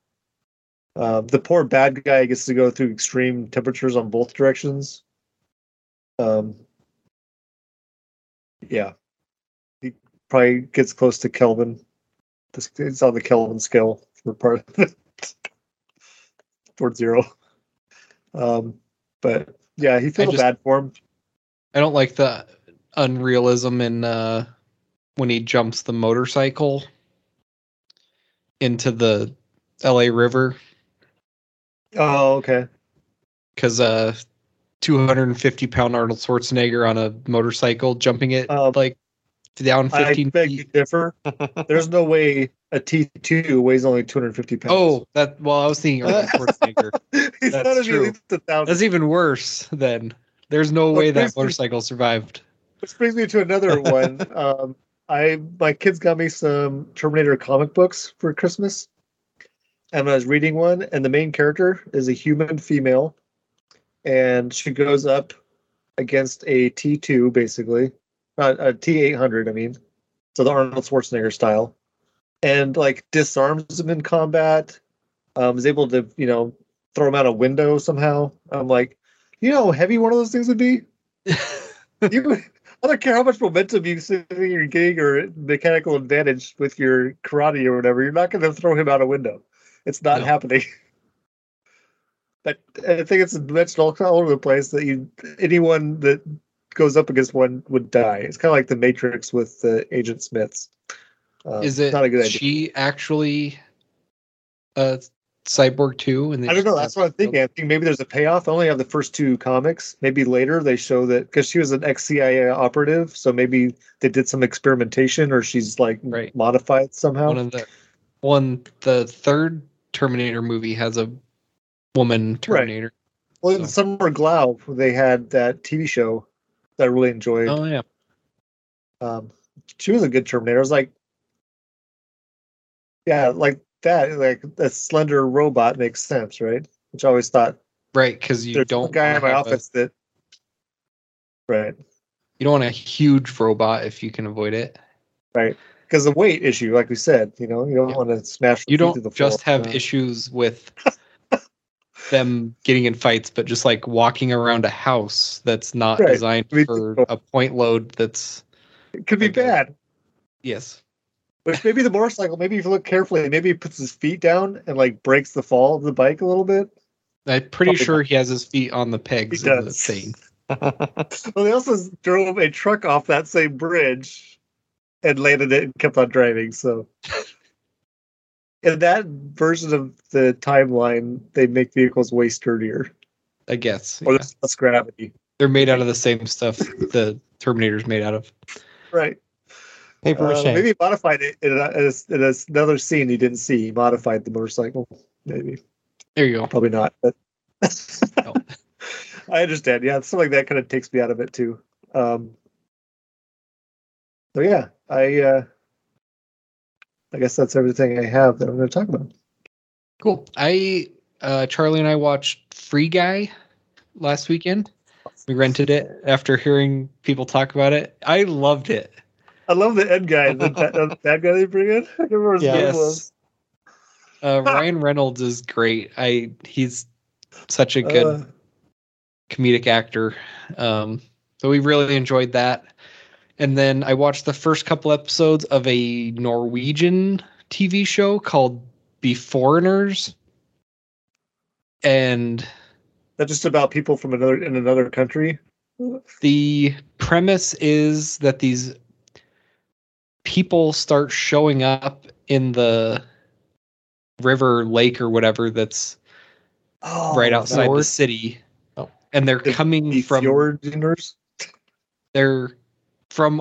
Speaker 6: Uh, the poor bad guy gets to go through extreme temperatures on both directions. Um, yeah, he probably gets close to Kelvin. This- It's on the Kelvin scale for part towards zero. Um, but yeah, he feels
Speaker 7: just-
Speaker 6: bad for him.
Speaker 7: I don't like the unrealism in uh, when he jumps the motorcycle into the L.A. River
Speaker 6: Oh, okay.
Speaker 7: because uh, 250 pound Arnold Schwarzenegger on a motorcycle jumping it
Speaker 6: Um,
Speaker 7: like down
Speaker 6: I
Speaker 7: 15
Speaker 6: beg to
Speaker 7: feet.
Speaker 6: differ. There's no way a T two weighs only 250 pounds.
Speaker 7: Oh, that well, I was thinking Arnold Schwarzenegger.
Speaker 6: He's
Speaker 7: That's
Speaker 6: gotta be at
Speaker 7: true.
Speaker 6: least a thousand.
Speaker 7: That's even worse. Then there's no way that
Speaker 6: basically-
Speaker 7: motorcycle survived.
Speaker 6: Which brings me to another one. Um, I my kids got me some Terminator comic books for Christmas, and I was reading one, and the main character is a human female, and she goes up against a T two basically, not a T eight hundred. I mean, so the Arnold Schwarzenegger style, and like disarms him in combat. Um, is able to you know throw him out a window somehow. I'm like, you know, how heavy one of those things would be. you I don't care how much momentum you think you're getting or mechanical advantage with your karate or whatever. You're not going to throw him out a window. It's not
Speaker 7: No.
Speaker 6: happening. But I think it's mentioned all, all over the place that you anyone that goes up against one would die. It's kind of like the Matrix with the Agent Smiths. Uh,
Speaker 7: Is it
Speaker 6: not a good idea?
Speaker 7: she actually a uh, Cyborg two? And they
Speaker 6: I don't
Speaker 7: just
Speaker 6: know. That's
Speaker 7: have-
Speaker 6: what I'm thinking. I think maybe there's a payoff. I only have the first two comics. Maybe later they show that because she was an ex CIA operative, so maybe they did some experimentation or she's like
Speaker 7: Right.
Speaker 6: modified somehow.
Speaker 7: One of the one the third Terminator movie has a woman Terminator.
Speaker 6: well, in Summer Glau, they had that TV show that I really enjoyed.
Speaker 7: Oh yeah.
Speaker 6: Um, she was a good Terminator. I was like, yeah, like that, like a slender robot makes sense, right? Which I always thought
Speaker 7: Right, because you
Speaker 6: there's
Speaker 7: don't
Speaker 6: a guy in my
Speaker 7: have a-
Speaker 6: office that, right?
Speaker 7: you don't want a huge robot if you can avoid it.
Speaker 6: because the weight issue, like we said, you know, you don't
Speaker 7: Yeah.
Speaker 6: want to smash. the
Speaker 7: You
Speaker 6: feet through the
Speaker 7: don't just
Speaker 6: floor.
Speaker 7: have issues with them getting in fights, but just like walking around a house that's not
Speaker 6: Right.
Speaker 7: designed
Speaker 6: I mean,
Speaker 7: for
Speaker 6: people-
Speaker 7: a point load that's
Speaker 6: It could be
Speaker 7: Okay.
Speaker 6: bad,
Speaker 7: yes.
Speaker 6: but maybe the motorcycle. Maybe if you look carefully, maybe he puts his feet down and like breaks the fall of the bike a little bit.
Speaker 7: I'm pretty
Speaker 6: Probably
Speaker 7: sure he has his feet on the pegs
Speaker 6: He
Speaker 7: of the
Speaker 6: does.
Speaker 7: thing.
Speaker 6: Well, they also drove a truck off that same bridge and landed it and kept on driving. So, in that version of the timeline, they make vehicles way sturdier
Speaker 7: I guess.
Speaker 6: or
Speaker 7: yeah.
Speaker 6: there's less gravity.
Speaker 7: They're made out of the same stuff the Terminator's made out of.
Speaker 6: Right.
Speaker 8: Paper
Speaker 6: Uh,
Speaker 8: mache.
Speaker 6: maybe he modified it in, a, in, a- in a- another scene he didn't see. He modified the motorcycle. Maybe,
Speaker 7: There you go.
Speaker 6: probably not. But
Speaker 7: No.
Speaker 6: I understand. Yeah, something like that kind of takes me out of it too. Um, so yeah, I uh, I guess that's everything I have that I'm going to talk about.
Speaker 7: Cool. I uh, Charlie and I watched Free Guy last weekend. We rented it after hearing people talk about it. I loved it.
Speaker 6: I love the end guy, the bad, uh, bad guy they bring in. I can't remember his
Speaker 8: Yeah.
Speaker 6: name
Speaker 7: Yes.
Speaker 6: was.
Speaker 7: Uh, Ryan Reynolds is great. I he's such a good
Speaker 6: Uh,
Speaker 7: comedic actor. Um, so we really enjoyed that. And then I watched the first couple episodes of a Norwegian TV show called Be Foreigners. And
Speaker 6: that's just about people from another in another country.
Speaker 7: the premise is that these people start showing up in the river, lake, or whatever that's
Speaker 6: Oh,
Speaker 7: right outside the
Speaker 6: Fjord,
Speaker 7: city.
Speaker 8: Oh.
Speaker 7: And they're
Speaker 6: The-
Speaker 7: coming
Speaker 6: the
Speaker 7: from
Speaker 6: Fjordingers?
Speaker 7: they're from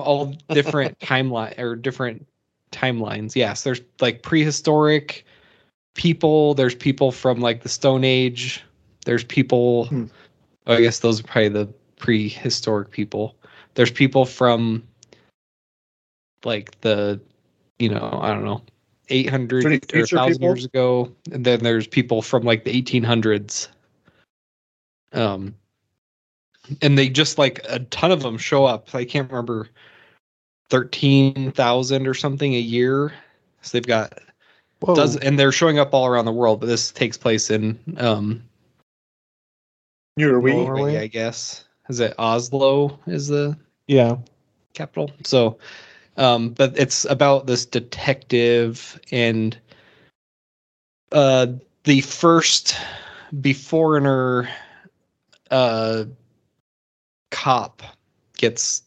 Speaker 7: all different timeline or different timelines. Yes, there's like prehistoric people. There's people from like the Stone Age. There's people.
Speaker 6: Hmm.
Speaker 7: I guess those are probably the prehistoric people. There's people from like the, you know, I don't know, eight hundred
Speaker 6: Pretty
Speaker 7: or
Speaker 6: future
Speaker 7: thousand
Speaker 6: people?
Speaker 7: years ago. And then there's people from like the eighteen hundreds. Um, and they just like a ton of them show up. I can't remember thirteen thousand or something a year. So they've got
Speaker 8: Whoa.
Speaker 7: does and they're showing up all around the world, but this takes place in um
Speaker 6: Norway.
Speaker 8: Norway.
Speaker 7: Norway, I guess. Is it Oslo is the
Speaker 8: yeah.
Speaker 7: capital? So um but it's about this detective and uh the first beforeigner uh cop gets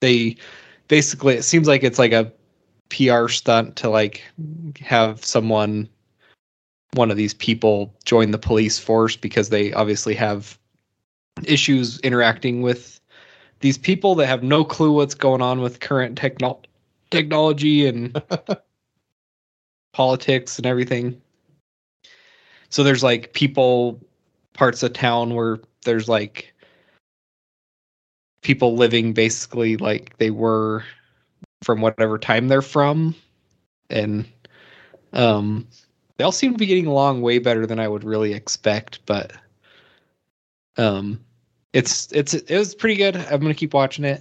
Speaker 7: they basically it seems like it's like a PR stunt to like have someone one of these people join the police force because they obviously have issues interacting with these people that have no clue what's going on with current techno- technology and politics and everything. So there's like people parts of town where there's like people living basically like they were from whatever time they're from and um they all seem to be getting along way better than I would really expect but um it's it's it was pretty good I'm going to keep watching it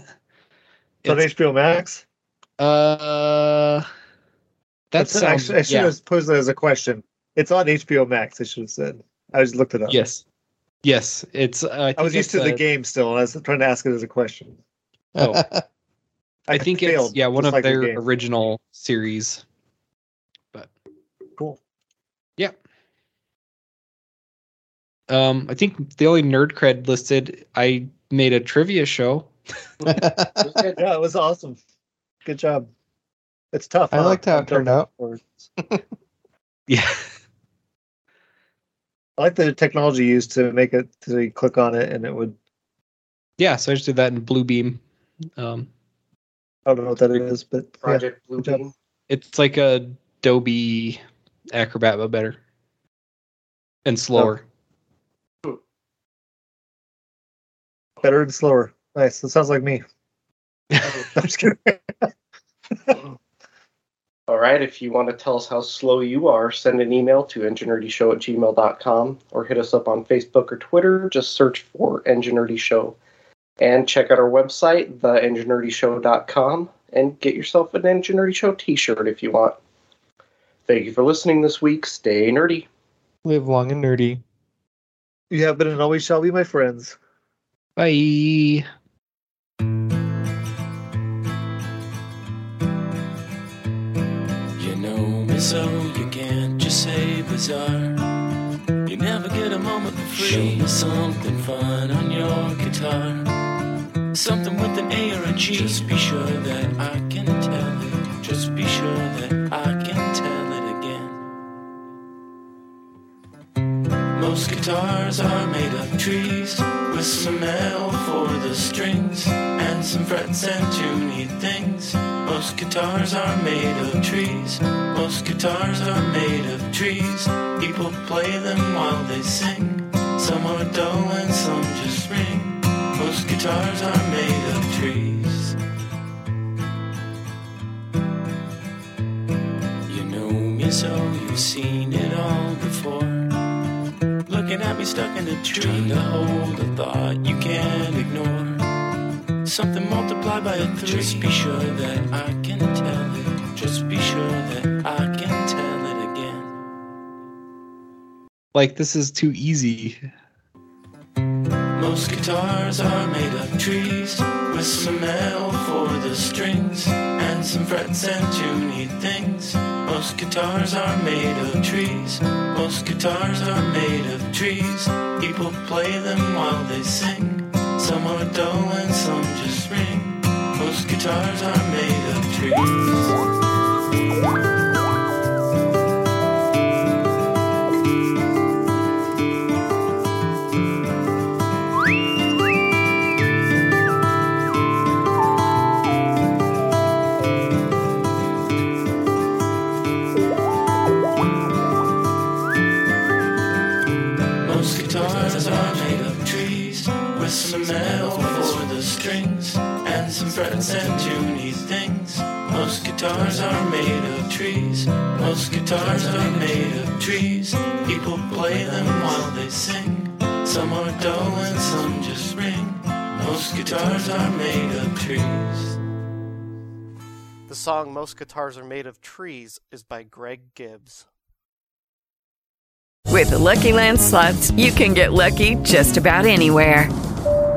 Speaker 6: It's on
Speaker 7: It's-
Speaker 6: HBO Max.
Speaker 7: uh that
Speaker 6: That's
Speaker 7: sounds
Speaker 6: actually, I should
Speaker 7: yeah.
Speaker 6: have posed that as a question. It's on HBO Max. I should have said. I just looked it up.
Speaker 7: yes yes it's uh, I, think
Speaker 6: I was used
Speaker 7: it's,
Speaker 6: to the
Speaker 7: uh,
Speaker 6: game still, and I was trying to ask it as a question.
Speaker 7: oh. I think it's
Speaker 6: failed,
Speaker 7: yeah one
Speaker 6: just
Speaker 7: of
Speaker 6: like the
Speaker 7: their
Speaker 6: game.
Speaker 7: original series. But
Speaker 6: Cool.
Speaker 7: Yeah. Um, I think the only nerd cred listed. I made a trivia show.
Speaker 6: yeah, it was awesome. Good job. It's tough.
Speaker 8: I
Speaker 6: huh?
Speaker 8: liked how it
Speaker 6: Don't-
Speaker 8: turned out.
Speaker 6: or-
Speaker 7: Yeah.
Speaker 6: I like the technology used to make it to you click on it and it would.
Speaker 7: Yeah, so I just did that in Blue Beam. Um,
Speaker 6: I don't know what that is, but yeah.
Speaker 8: Project Blue
Speaker 6: good job.
Speaker 8: Beam.
Speaker 7: it's like a Adobe Acrobat, but better and slower.
Speaker 6: better and slower. Nice. That sounds like me. I'm just kidding.
Speaker 5: All right, if you want to tell us how slow you are, send an email to enginerdyshow at gmail.com or hit us up on Facebook or Twitter. Just search for Enginerdy Show. And check out our website, theenginerdyshow.com, and get yourself an Enginerdy Show t shirt if you want. Thank you for listening this week. Stay nerdy.
Speaker 7: Live long and nerdy.
Speaker 6: you have been and always shall be my friends.
Speaker 7: Bye.
Speaker 3: You know me so you can't just say bizarre. You never get a moment for free. Show me something fun on your guitar. Something with an A or a G. Just be sure that I can tell it. Just be sure that I can tell it again. Most guitars are made of trees with some L for the strings and some frets and tuney things. Most guitars are made of trees. Most guitars are made of trees. People play them while they sing. Some are dull and some just ring. Most guitars are made of trees. You know me, so you've seen it all before. Looking at me stuck in a tree. Trying to hold a thought you can't ignore. Something multiplied by a three. Just be sure that I can tell it. Just be sure that I can tell it again.
Speaker 7: Like this is too easy.
Speaker 3: Most guitars are made of trees with some L for the strings and some frets and tuney things. Most guitars are made of trees. Most guitars are made of trees. People play them while they sing. Some are dull and some just ring. Most guitars are made of trees. Most guitars are made of trees with some metal for the strings and some frets and tuney things. Most guitars are made of trees. Most guitars are made of trees. People play them while they sing. Some are dull and some just ring. Most guitars are made of trees.
Speaker 8: The song Most Guitars Are Made of Trees is by Greg Gibbs.
Speaker 9: With the Lucky Land slots, you can get lucky just about anywhere.